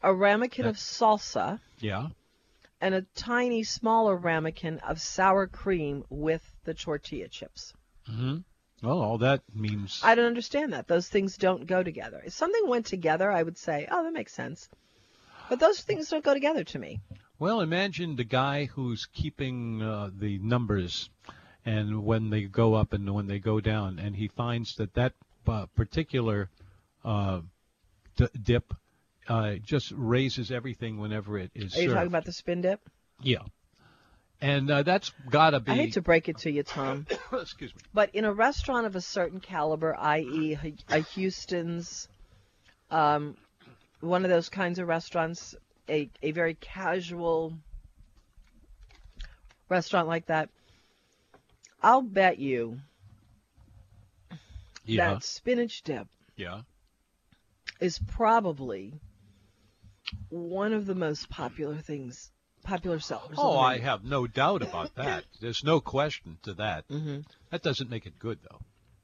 [SPEAKER 2] a ramekin of salsa,
[SPEAKER 1] yeah,
[SPEAKER 2] and a tiny, smaller ramekin of sour cream with the tortilla chips.
[SPEAKER 1] hmm Well, all that means
[SPEAKER 2] I don't understand that. Those things don't go together. If something went together, I would say, oh, that makes sense. But those things don't go together to me.
[SPEAKER 1] Well, imagine the guy who's keeping uh, the numbers, and when they go up and when they go down, and he finds that that uh, particular uh, d- dip uh, just raises everything whenever it is
[SPEAKER 2] Are you
[SPEAKER 1] served.
[SPEAKER 2] talking about the spin dip?
[SPEAKER 1] yeah, and uh, that's gotta be.
[SPEAKER 2] I hate to break it to you, Tom,
[SPEAKER 1] excuse me.
[SPEAKER 2] but in a restaurant of a certain caliber, i.e., a Houston's, um, one of those kinds of restaurants, a, a very casual restaurant like that, I'll bet you
[SPEAKER 1] Yeah,
[SPEAKER 2] that spinach dip
[SPEAKER 1] yeah,
[SPEAKER 2] is probably one of the most popular things, popular sellers.
[SPEAKER 1] Oh, I have no doubt about that. There's no question to that.
[SPEAKER 2] Mhm.
[SPEAKER 1] That doesn't make it good, though.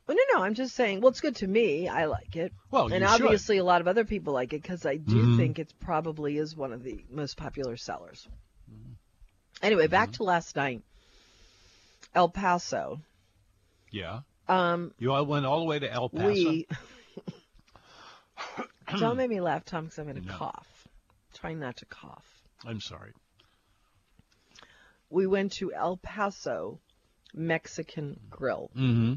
[SPEAKER 2] No, no, no, I'm just saying. Well, it's good to me. I like it.
[SPEAKER 1] Well,
[SPEAKER 2] and
[SPEAKER 1] Oh, you should.
[SPEAKER 2] obviously a lot of other people like it because I do
[SPEAKER 1] Mhm.
[SPEAKER 2] think it's probably is one of the most popular sellers. Anyway, back
[SPEAKER 1] Mm-hmm.
[SPEAKER 2] to last night. El Paso.
[SPEAKER 1] Yeah.
[SPEAKER 2] Um,
[SPEAKER 1] You all went all the way to El Paso.
[SPEAKER 2] we. Don't make me laugh, Tom, because I'm going to
[SPEAKER 1] No.
[SPEAKER 2] cough. Trying not to cough.
[SPEAKER 1] I'm sorry.
[SPEAKER 2] We went to El Paso Mexican Grill.
[SPEAKER 1] Mm-hmm.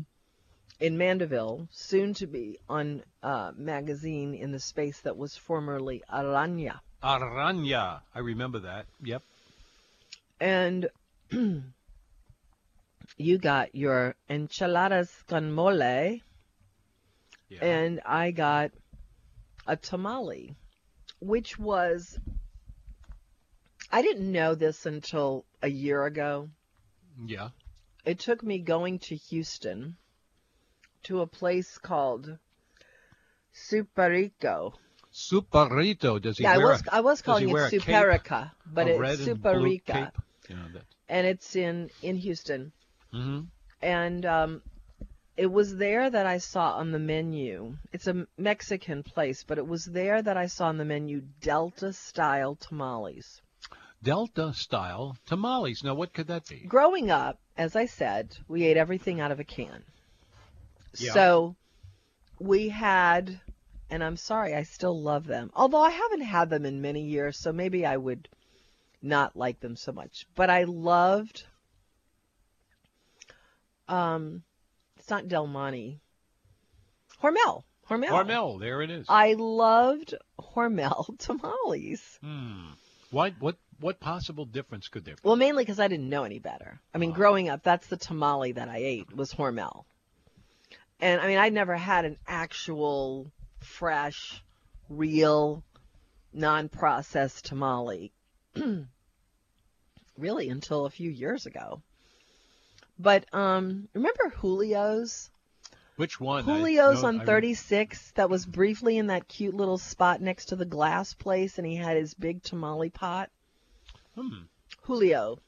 [SPEAKER 2] in Mandeville, soon to be on uh, magazine in the space that was formerly Aranya.
[SPEAKER 1] Aranya. I remember that. Yep.
[SPEAKER 2] And you got your enchiladas con mole,
[SPEAKER 1] Yeah.
[SPEAKER 2] and I got a tamale, which was, I didn't know this until a year ago.
[SPEAKER 1] yeah.
[SPEAKER 2] It took me going to Houston to a place called Superico.
[SPEAKER 1] Superito. Does he
[SPEAKER 2] Yeah, I
[SPEAKER 1] wear
[SPEAKER 2] was
[SPEAKER 1] a,
[SPEAKER 2] I was
[SPEAKER 1] does he
[SPEAKER 2] calling it
[SPEAKER 1] wear a cape?
[SPEAKER 2] Superica, but
[SPEAKER 1] A
[SPEAKER 2] it's
[SPEAKER 1] red and blue
[SPEAKER 2] Superica,
[SPEAKER 1] cape? You know that.
[SPEAKER 2] and it's in in Houston.
[SPEAKER 1] hmm
[SPEAKER 2] And um, it was there that I saw on the menu. It's a Mexican place, but it was there that I saw on the menu Delta style tamales.
[SPEAKER 1] Delta style tamales. Now, what could that be?
[SPEAKER 2] Growing up, as I said, we ate everything out of a can.
[SPEAKER 1] Yeah.
[SPEAKER 2] So we had, and I'm sorry, I still love them. Although I haven't had them in many years, so maybe I would not like them so much. But I loved, um, it's not Del Monte, Hormel. Hormel.
[SPEAKER 1] Hormel. There it is.
[SPEAKER 2] I loved Hormel tamales.
[SPEAKER 1] Hmm. Why? What? What possible difference could there? be?
[SPEAKER 2] Well, mainly because I didn't know any better. I mean, growing up, that's the tamale that I ate was Hormel, and I mean, I never had an actual fresh, real, non-processed tamale, really, until a few years ago. But um, remember Julio's?
[SPEAKER 1] Which one? I-
[SPEAKER 2] Julio's
[SPEAKER 1] no,
[SPEAKER 2] on
[SPEAKER 1] I-
[SPEAKER 2] 36 that was briefly in that cute little spot next to the glass place, and he had his big tamale pot.
[SPEAKER 1] Hmm.
[SPEAKER 2] Julio.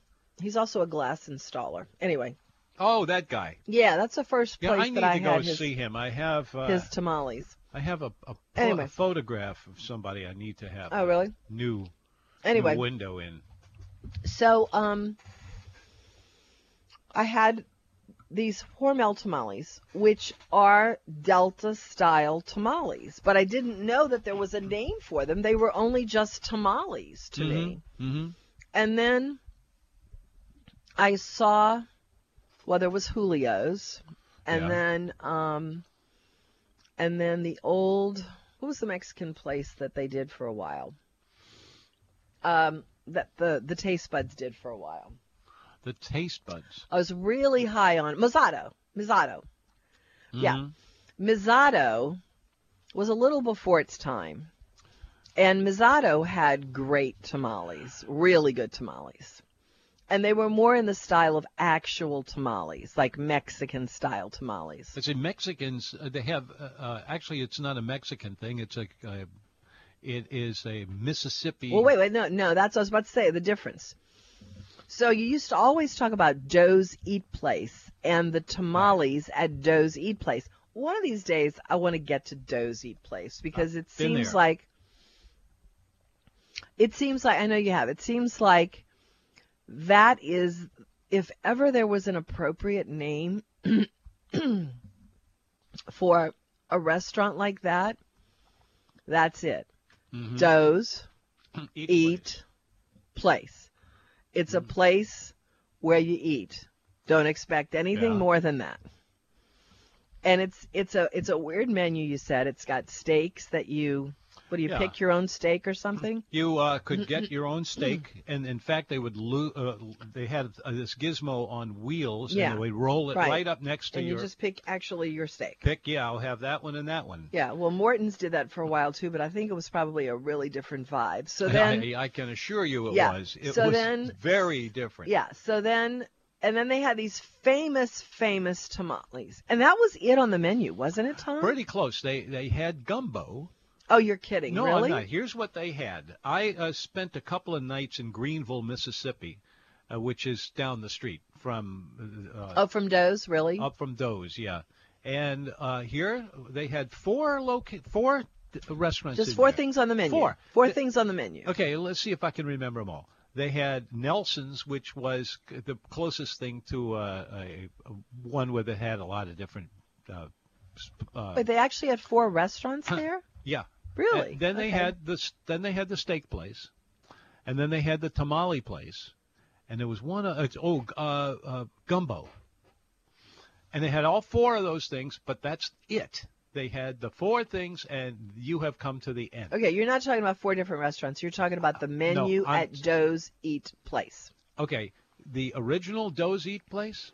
[SPEAKER 2] He's also a glass installer. Anyway,
[SPEAKER 1] Oh, that guy.
[SPEAKER 2] yeah, that's the first
[SPEAKER 1] Yeah,
[SPEAKER 2] place
[SPEAKER 1] I need
[SPEAKER 2] that
[SPEAKER 1] to
[SPEAKER 2] I
[SPEAKER 1] go
[SPEAKER 2] had his,
[SPEAKER 1] see him. I have. Uh,
[SPEAKER 2] his tamales.
[SPEAKER 1] I have a, a,
[SPEAKER 2] Anyway.
[SPEAKER 1] a photograph of somebody I need to have.
[SPEAKER 2] Oh,
[SPEAKER 1] a
[SPEAKER 2] really?
[SPEAKER 1] New,
[SPEAKER 2] Anyway,
[SPEAKER 1] new window in.
[SPEAKER 2] so um, I had these Hormel tamales, which are Delta style tamales, but I didn't know that there was a name for them. They were only just tamales to me.
[SPEAKER 1] Mm-hmm.
[SPEAKER 2] And then I saw, well, there was Julio's, and
[SPEAKER 1] Yeah.
[SPEAKER 2] then um, and then the old what was the Mexican place that they did for a while? Um, that the the taste buds did for a while.
[SPEAKER 1] The taste buds.
[SPEAKER 2] I was really high on Mozzato. Mozzato. Yeah.
[SPEAKER 1] Mhm.
[SPEAKER 2] Mizzato was a little before its time. And Mizzato had great tamales, really good tamales. And they were more in the style of actual tamales, like Mexican style tamales.
[SPEAKER 1] I say Mexicans. Uh, they have. Uh, uh, actually, it's not a Mexican thing. It's a. Uh, it is a Mississippi.
[SPEAKER 2] Well, wait, wait, no, no, that's what I was about to say, the difference. So you used to always talk about Doe's Eat Place and the tamales at Doe's Eat Place. One of these days, I want to get to Doe's Eat Place because it
[SPEAKER 1] been
[SPEAKER 2] seems
[SPEAKER 1] there.
[SPEAKER 2] like it seems like I know you have. It seems like that is, if ever there was an appropriate name for a restaurant like that, that's it.
[SPEAKER 1] Mhm.
[SPEAKER 2] Doe's
[SPEAKER 1] Eat. place.
[SPEAKER 2] eat place. It's
[SPEAKER 1] Mm.
[SPEAKER 2] a place where you eat. Don't expect anything
[SPEAKER 1] Yeah.
[SPEAKER 2] more than that. And it's it's a it's a weird menu you said. It's got steaks that you what do you
[SPEAKER 1] Yeah.
[SPEAKER 2] pick your own steak or something?
[SPEAKER 1] You uh, could get your own steak, and in fact, they would. Lo- uh, they had uh, this gizmo on wheels,
[SPEAKER 2] Yeah.
[SPEAKER 1] and they would roll it
[SPEAKER 2] Right.
[SPEAKER 1] right, up next to
[SPEAKER 2] and
[SPEAKER 1] your
[SPEAKER 2] you just pick actually your steak.
[SPEAKER 1] pick. Yeah, I'll have that one and that one.
[SPEAKER 2] Yeah, well Morton's did that for a while too, but I think it was probably a really different vibe. So
[SPEAKER 1] And
[SPEAKER 2] then
[SPEAKER 1] I, I can assure you it
[SPEAKER 2] Yeah.
[SPEAKER 1] was. It
[SPEAKER 2] So
[SPEAKER 1] was
[SPEAKER 2] then-
[SPEAKER 1] very different.
[SPEAKER 2] Yeah. So then, and then they had these famous, famous tamales, and that was it on the menu, wasn't it, Tom?
[SPEAKER 1] Pretty close. They they had gumbo.
[SPEAKER 2] Oh, you're kidding,
[SPEAKER 1] No,
[SPEAKER 2] really?
[SPEAKER 1] I'm not. Here's what they had. I uh, spent a couple of nights in Greenville, Mississippi, uh, which is down the street from uh,
[SPEAKER 2] Oh, from Doe's, really?
[SPEAKER 1] up from Doe's. Yeah, And uh, here they had four loca- four th- restaurants.
[SPEAKER 2] Just
[SPEAKER 1] in
[SPEAKER 2] four
[SPEAKER 1] there.
[SPEAKER 2] things on the menu.
[SPEAKER 1] Four.
[SPEAKER 2] Four
[SPEAKER 1] Th-
[SPEAKER 2] things on the menu.
[SPEAKER 1] Okay, let's see if I can remember them all. They had Nelson's, which was c- the closest thing to uh, a, a one where they had a lot of different. Uh, sp- uh,
[SPEAKER 2] Wait, they actually had four restaurants there.
[SPEAKER 1] yeah.
[SPEAKER 2] Really?
[SPEAKER 1] And then they
[SPEAKER 2] Okay.
[SPEAKER 1] had the s- then they had the steak place, and then they had the tamale place, and there was one uh, it's- oh uh, uh, gumbo. And they had all four of those things, but that's it. They had the four things, and you have come to the end.
[SPEAKER 2] Okay, you're not talking about four different restaurants. You're talking about the menu
[SPEAKER 1] Uh, I'm-
[SPEAKER 2] at Doe's Eat Place.
[SPEAKER 1] Okay, the original Doe's Eat place.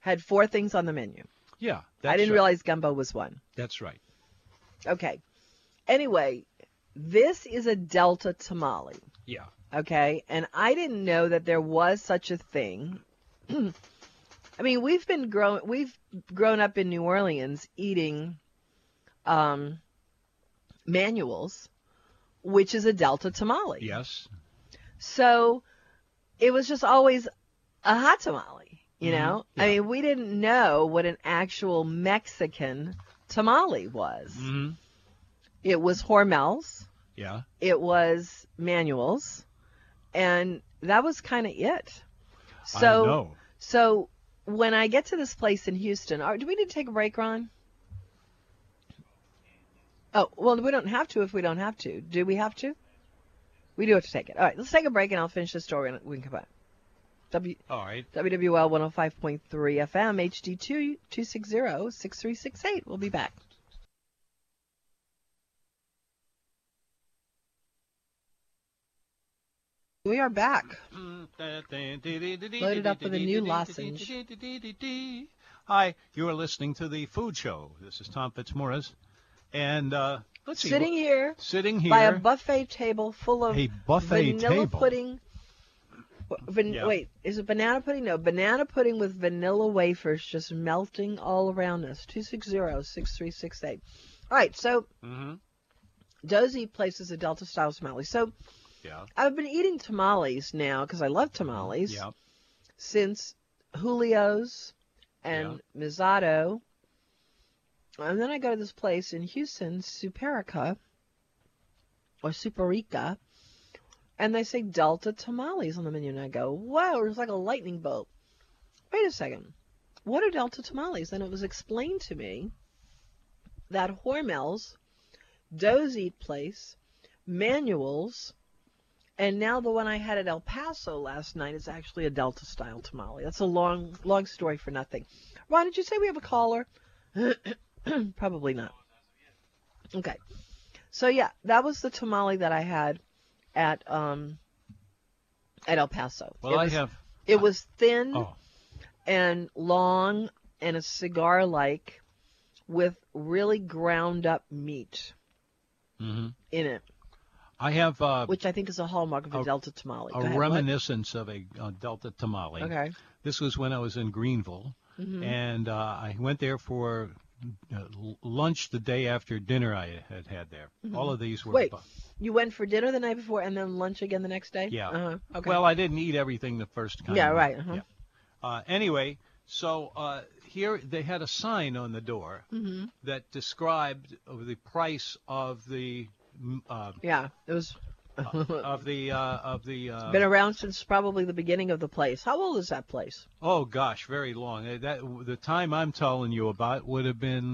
[SPEAKER 2] Had four things on the menu.
[SPEAKER 1] Yeah,
[SPEAKER 2] I
[SPEAKER 1] that's
[SPEAKER 2] didn't
[SPEAKER 1] right.
[SPEAKER 2] realize gumbo was one.
[SPEAKER 1] That's right.
[SPEAKER 2] Okay. Anyway, this is a Delta tamale.
[SPEAKER 1] Yeah.
[SPEAKER 2] Okay. And I didn't know that there was such a thing. I mean, we've been grown we've grown up in New Orleans eating um, manuals, which is a Delta tamale.
[SPEAKER 1] Yes.
[SPEAKER 2] So it was just always a hot tamale, you know? I mean, we didn't know what an actual Mexican tamale was.
[SPEAKER 1] hmm
[SPEAKER 2] It was Hormel's,
[SPEAKER 1] Yeah.
[SPEAKER 2] it was Manuel's, and that was kind of it.
[SPEAKER 1] I
[SPEAKER 2] So
[SPEAKER 1] know.
[SPEAKER 2] so when I get to this place in Houston, are, do we need to take a break, Ron? Oh, well, we don't have to if we don't have to. Do we have to? We do have to take it. All right, let's take a break and I'll finish the story and we can come back. W, oh
[SPEAKER 1] All right.
[SPEAKER 2] WWL 105.3 FM, HD 2 260 6368. We'll be back. We are back.
[SPEAKER 1] Loaded
[SPEAKER 2] up with a new lozenge.
[SPEAKER 1] Hi, you are listening to the Food Show. This is Tom Fitzmaurice, and uh, let's see.
[SPEAKER 2] Sitting here
[SPEAKER 1] Sitting here
[SPEAKER 2] by a buffet table full of
[SPEAKER 1] A buffet
[SPEAKER 2] vanilla
[SPEAKER 1] table.
[SPEAKER 2] pudding. wh- Van,
[SPEAKER 1] Yeah.
[SPEAKER 2] Wait, is it banana pudding? No, banana pudding with vanilla wafers just melting all around us. 260-6368. All right, so
[SPEAKER 1] hmm
[SPEAKER 2] Dozy places a Delta style tamale. So
[SPEAKER 1] Yeah.
[SPEAKER 2] I've been eating tamales now because I love tamales
[SPEAKER 1] Yeah.
[SPEAKER 2] since Julio's and Mizzato. And then I go to this place in Houston, Superica or Superica, and they say Delta tamales on the menu. And I go, whoa, it was like a lightning bolt. Wait a second. What are Delta tamales? Then it was explained to me that Hormel's, Doe's Eat Place, Manuel's, and now the one I had at El Paso last night is actually a Delta style tamale. That's a long, long story for nothing. Ron, did you say we have a caller? Probably not. Okay. So yeah, that was the tamale that I had at um at El Paso.
[SPEAKER 1] Well,
[SPEAKER 2] it
[SPEAKER 1] I
[SPEAKER 2] was,
[SPEAKER 1] have.
[SPEAKER 2] It was thin
[SPEAKER 1] Oh,
[SPEAKER 2] and long and a cigar like with really ground up meat
[SPEAKER 1] mhm.
[SPEAKER 2] in it,
[SPEAKER 1] I have uh,
[SPEAKER 2] which I think is a hallmark of a,
[SPEAKER 1] A-
[SPEAKER 2] Delta tamale. Go
[SPEAKER 1] a
[SPEAKER 2] ahead, what?
[SPEAKER 1] reminiscence of a, uh Delta tamale.
[SPEAKER 2] Okay. Mm-hmm.
[SPEAKER 1] This was when I was in Greenville, and uh, I went there for uh, l- lunch the day after dinner I had had there. All of these were.
[SPEAKER 2] Mm-hmm. Wait,
[SPEAKER 1] bu-
[SPEAKER 2] you went for dinner the night before and then lunch again the next day?
[SPEAKER 1] Yeah.
[SPEAKER 2] Uh-huh. Okay.
[SPEAKER 1] Well, I didn't eat everything the first time.
[SPEAKER 2] Yeah, right, uh-huh.
[SPEAKER 1] Yeah. Uh, anyway, so uh, here they had a sign on the door
[SPEAKER 2] Mm-hmm.
[SPEAKER 1] that described of the price of the mm, uh,
[SPEAKER 2] yeah, it was
[SPEAKER 1] of the uh, of the uh,
[SPEAKER 2] been around since probably the beginning of the place. How old is that place?
[SPEAKER 1] oh gosh, very long. Uh, That the time I'm telling you about would have been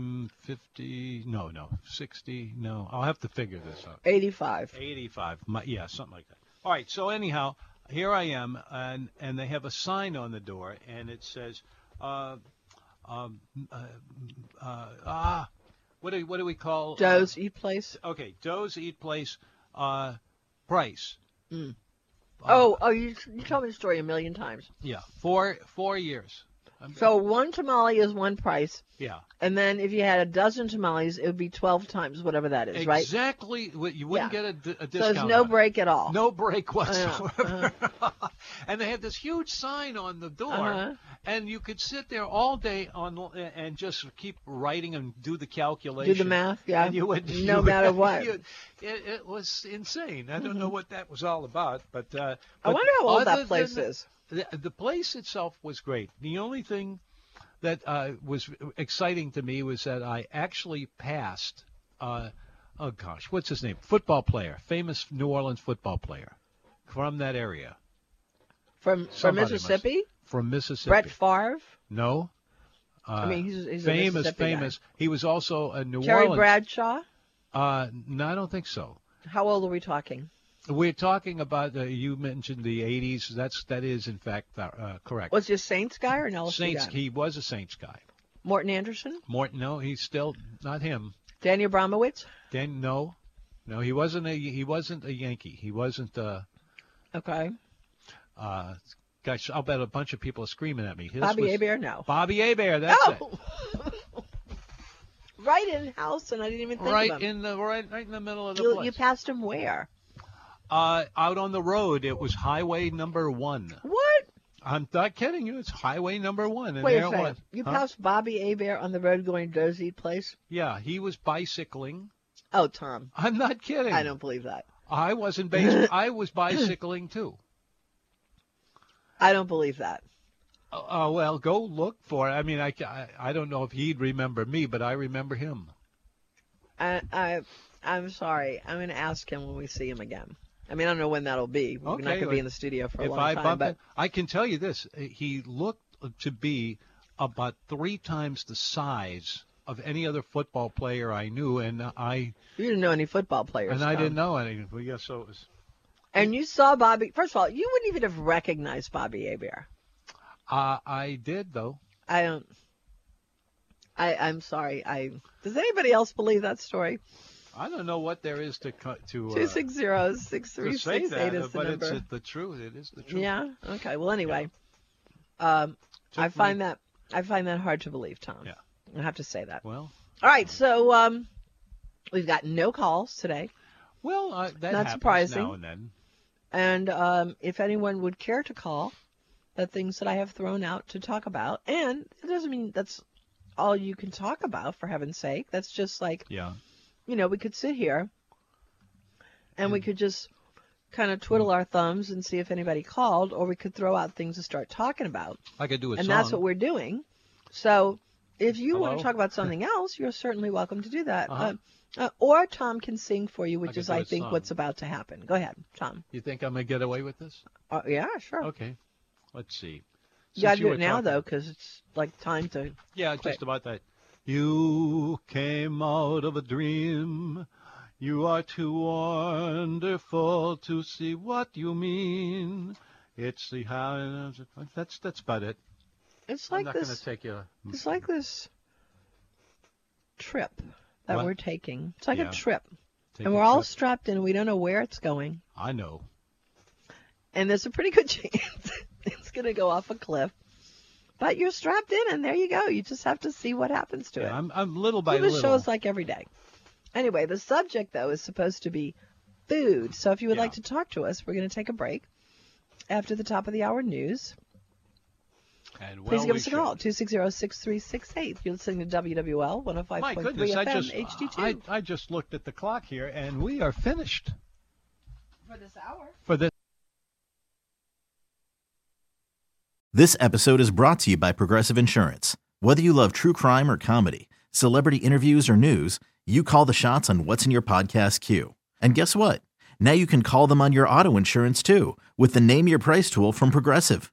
[SPEAKER 1] 1950. No, no, 60. No, I'll have to figure this out.
[SPEAKER 2] 85.
[SPEAKER 1] 85. My, yeah, something like that. All right. So anyhow, here I am, and and they have a sign on the door, and it says, uh, um, uh, uh, ah, what do what do we call? uh,
[SPEAKER 2] Joe's Eat E Place.
[SPEAKER 1] okay, Doe's Eat Place, uh, price. Um,
[SPEAKER 2] Oh, oh, you, you told me the story a million times.
[SPEAKER 1] Yeah, four four years.
[SPEAKER 2] So one tamale is one price,
[SPEAKER 1] Yeah,
[SPEAKER 2] and then if you had a dozen tamales, it would be 12 times whatever that is, right?
[SPEAKER 1] exactly. what- You wouldn't
[SPEAKER 2] Yeah.
[SPEAKER 1] get a d- a,
[SPEAKER 2] So
[SPEAKER 1] discount.
[SPEAKER 2] there's no
[SPEAKER 1] on it.
[SPEAKER 2] break at all.
[SPEAKER 1] No
[SPEAKER 2] Uh,
[SPEAKER 1] break whatsoever.
[SPEAKER 2] Uh-huh.
[SPEAKER 1] and they had this huge sign on the door,
[SPEAKER 2] Uh-huh.
[SPEAKER 1] and you could sit there all day on and just keep writing and do the calculation.
[SPEAKER 2] Do the math, yeah.
[SPEAKER 1] And you would,
[SPEAKER 2] no
[SPEAKER 1] you would-
[SPEAKER 2] matter what. Mm-hmm.
[SPEAKER 1] you- it, it was insane. I don't know what that was all about, but, uh,
[SPEAKER 2] I
[SPEAKER 1] but
[SPEAKER 2] wonder how old
[SPEAKER 1] other
[SPEAKER 2] that place
[SPEAKER 1] than-
[SPEAKER 2] is.
[SPEAKER 1] The, the place itself was great. The only thing that uh, was exciting to me was that I actually passed. Uh, oh gosh, what's his name? Football player, famous New Orleans football player, from that area,
[SPEAKER 2] From from
[SPEAKER 1] Somebody must-
[SPEAKER 2] Mississippi?
[SPEAKER 1] from Mississippi.
[SPEAKER 2] Brett Favre?
[SPEAKER 1] no. Uh,
[SPEAKER 2] I mean, he's- he's a
[SPEAKER 1] famous,
[SPEAKER 2] Mississippi guy.
[SPEAKER 1] famous. He was also a New
[SPEAKER 2] Terry
[SPEAKER 1] Orleans.
[SPEAKER 2] Bradshaw?
[SPEAKER 1] uh, no, I don't think so.
[SPEAKER 2] How old are we talking?
[SPEAKER 1] We're talking about uh, you mentioned the '80s. That's that is in fact uh, correct.
[SPEAKER 2] Was he a Saints guy or an LSU
[SPEAKER 1] Saints.
[SPEAKER 2] guy?
[SPEAKER 1] He was a Saints guy.
[SPEAKER 2] Morton Anderson?
[SPEAKER 1] Morton. No, he's still not him.
[SPEAKER 2] Daniel Bromowitz?
[SPEAKER 1] Dan. No, no, he wasn't a he wasn't a Yankee. He wasn't. Uh,
[SPEAKER 2] Okay.
[SPEAKER 1] uh, gosh, I'll bet a bunch of people are screaming at me. This
[SPEAKER 2] Bobby
[SPEAKER 1] was-
[SPEAKER 2] Abear? No.
[SPEAKER 1] Bobby Abear. That's
[SPEAKER 2] oh! right in house, and I didn't even
[SPEAKER 1] it.
[SPEAKER 2] think
[SPEAKER 1] Right
[SPEAKER 2] of him.
[SPEAKER 1] in the right, right in the middle of the
[SPEAKER 2] you,
[SPEAKER 1] place.
[SPEAKER 2] you passed him where?
[SPEAKER 1] uh, out on the road, it was Highway Number One.
[SPEAKER 2] What?
[SPEAKER 1] I'm not kidding you. It's Highway Number One, and
[SPEAKER 2] Wait
[SPEAKER 1] there
[SPEAKER 2] a
[SPEAKER 1] it was.
[SPEAKER 2] second. You
[SPEAKER 1] Huh?
[SPEAKER 2] passed Bobby Abear on the road going to Dozy Place?
[SPEAKER 1] Yeah, he was bicycling.
[SPEAKER 2] Oh, Tom.
[SPEAKER 1] I'm not kidding.
[SPEAKER 2] I don't believe that.
[SPEAKER 1] I wasn't bas- I was bicycling too.
[SPEAKER 2] I don't believe that.
[SPEAKER 1] Oh uh, well, go look for it. I mean, I, I I don't know if he'd remember me, but I remember him.
[SPEAKER 2] I, I, I'm sorry. I'm going to ask him when we see him again. I mean, I don't know when that'll be. We're
[SPEAKER 1] Okay,
[SPEAKER 2] not going to
[SPEAKER 1] like,
[SPEAKER 2] be in the studio for a
[SPEAKER 1] if
[SPEAKER 2] long
[SPEAKER 1] I
[SPEAKER 2] time.
[SPEAKER 1] bump
[SPEAKER 2] But
[SPEAKER 1] it, I can tell you this: eh, he looked to be about three times the size of any other football player I knew, and I
[SPEAKER 2] you didn't know any football players.
[SPEAKER 1] and I
[SPEAKER 2] Tom.
[SPEAKER 1] didn't know any. Well, yeah, so it was.
[SPEAKER 2] And you saw Bobby. First of all, you wouldn't even have recognized Bobby Abear.
[SPEAKER 1] Uh, I did though.
[SPEAKER 2] I don't. I, I'm sorry. I does anybody else believe that story?
[SPEAKER 1] I don't know what there is to cut to. Uh,
[SPEAKER 2] Two six zero six
[SPEAKER 1] to
[SPEAKER 2] three
[SPEAKER 1] say
[SPEAKER 2] six eight
[SPEAKER 1] that,
[SPEAKER 2] is
[SPEAKER 1] uh,
[SPEAKER 2] the
[SPEAKER 1] but
[SPEAKER 2] number.
[SPEAKER 1] it's the truth. It is the truth.
[SPEAKER 2] yeah. Okay. Well, anyway, um,
[SPEAKER 1] Took
[SPEAKER 2] I
[SPEAKER 1] me-
[SPEAKER 2] find that I find that hard to believe, Tom.
[SPEAKER 1] Yeah.
[SPEAKER 2] I have to say that.
[SPEAKER 1] Well,
[SPEAKER 2] All right. So um, we've got no calls today.
[SPEAKER 1] well, uh, that
[SPEAKER 2] Not
[SPEAKER 1] happens
[SPEAKER 2] surprising.
[SPEAKER 1] now and then.
[SPEAKER 2] and um, if anyone would care to call the things that I have thrown out to talk about. And it doesn't mean that's all you can talk about, for heaven's sake. That's just like,
[SPEAKER 1] Yeah.
[SPEAKER 2] you know, we could sit here and we could just kind of twiddle our thumbs and see if anybody called, or we could throw out things to start talking about.
[SPEAKER 1] I could do a
[SPEAKER 2] and
[SPEAKER 1] song.
[SPEAKER 2] that's what we're doing. So if you want
[SPEAKER 1] Hello?
[SPEAKER 2] to talk about something else, you're certainly welcome to do that.
[SPEAKER 1] Uh-huh.
[SPEAKER 2] Uh, uh, or Tom can sing for you, which
[SPEAKER 1] could
[SPEAKER 2] is,
[SPEAKER 1] do
[SPEAKER 2] I
[SPEAKER 1] a
[SPEAKER 2] think,
[SPEAKER 1] song.
[SPEAKER 2] what's about to happen. Go ahead, Tom.
[SPEAKER 1] You think I'm gonna get away with this?
[SPEAKER 2] Uh, yeah, sure.
[SPEAKER 1] Okay. Let's see.
[SPEAKER 2] You
[SPEAKER 1] Oh,
[SPEAKER 2] gotta
[SPEAKER 1] Since
[SPEAKER 2] do
[SPEAKER 1] were
[SPEAKER 2] it now
[SPEAKER 1] talking-
[SPEAKER 2] though, 'cause it's like time to.
[SPEAKER 1] Yeah,
[SPEAKER 2] quick.
[SPEAKER 1] just about that. You came out of a dream. You are too wonderful to see what you mean. It's the how. That's that's about it.
[SPEAKER 2] It's
[SPEAKER 1] I'm
[SPEAKER 2] like
[SPEAKER 1] not gonna
[SPEAKER 2] this.
[SPEAKER 1] take you.
[SPEAKER 2] It's like this trip that
[SPEAKER 1] What?
[SPEAKER 2] we're taking. It's like
[SPEAKER 1] Yeah.
[SPEAKER 2] a trip,
[SPEAKER 1] take
[SPEAKER 2] and
[SPEAKER 1] a
[SPEAKER 2] we're all
[SPEAKER 1] trip.
[SPEAKER 2] strapped in. We don't know where it's going,
[SPEAKER 1] I know.
[SPEAKER 2] and there's a pretty good chance it's gonna go off a cliff. But you're strapped in, and there you go. You just have to see what happens to
[SPEAKER 1] Yeah,
[SPEAKER 2] it.
[SPEAKER 1] I'm I'm little by
[SPEAKER 2] Do the
[SPEAKER 1] little.
[SPEAKER 2] shows like every day. Anyway, the subject though is supposed to be food. So if you would
[SPEAKER 1] Yeah.
[SPEAKER 2] like to talk to us, we're gonna take a break after the top of the hour news.
[SPEAKER 1] and
[SPEAKER 2] Please
[SPEAKER 1] well,
[SPEAKER 2] give
[SPEAKER 1] we
[SPEAKER 2] us a
[SPEAKER 1] should.
[SPEAKER 2] call, 260-6368. You're listening to WWL 105.3
[SPEAKER 1] My goodness,
[SPEAKER 2] FM
[SPEAKER 1] I just
[SPEAKER 2] HD2.
[SPEAKER 1] I, I just looked at the clock here, and we are finished
[SPEAKER 2] For this hour.
[SPEAKER 1] for this.
[SPEAKER 4] This episode is brought to you by Progressive Insurance. Whether you love true crime or comedy, celebrity interviews or news, you call the shots on what's in your podcast queue. And guess what? Now you can call them on your auto insurance too with the Name Your Price tool from Progressive.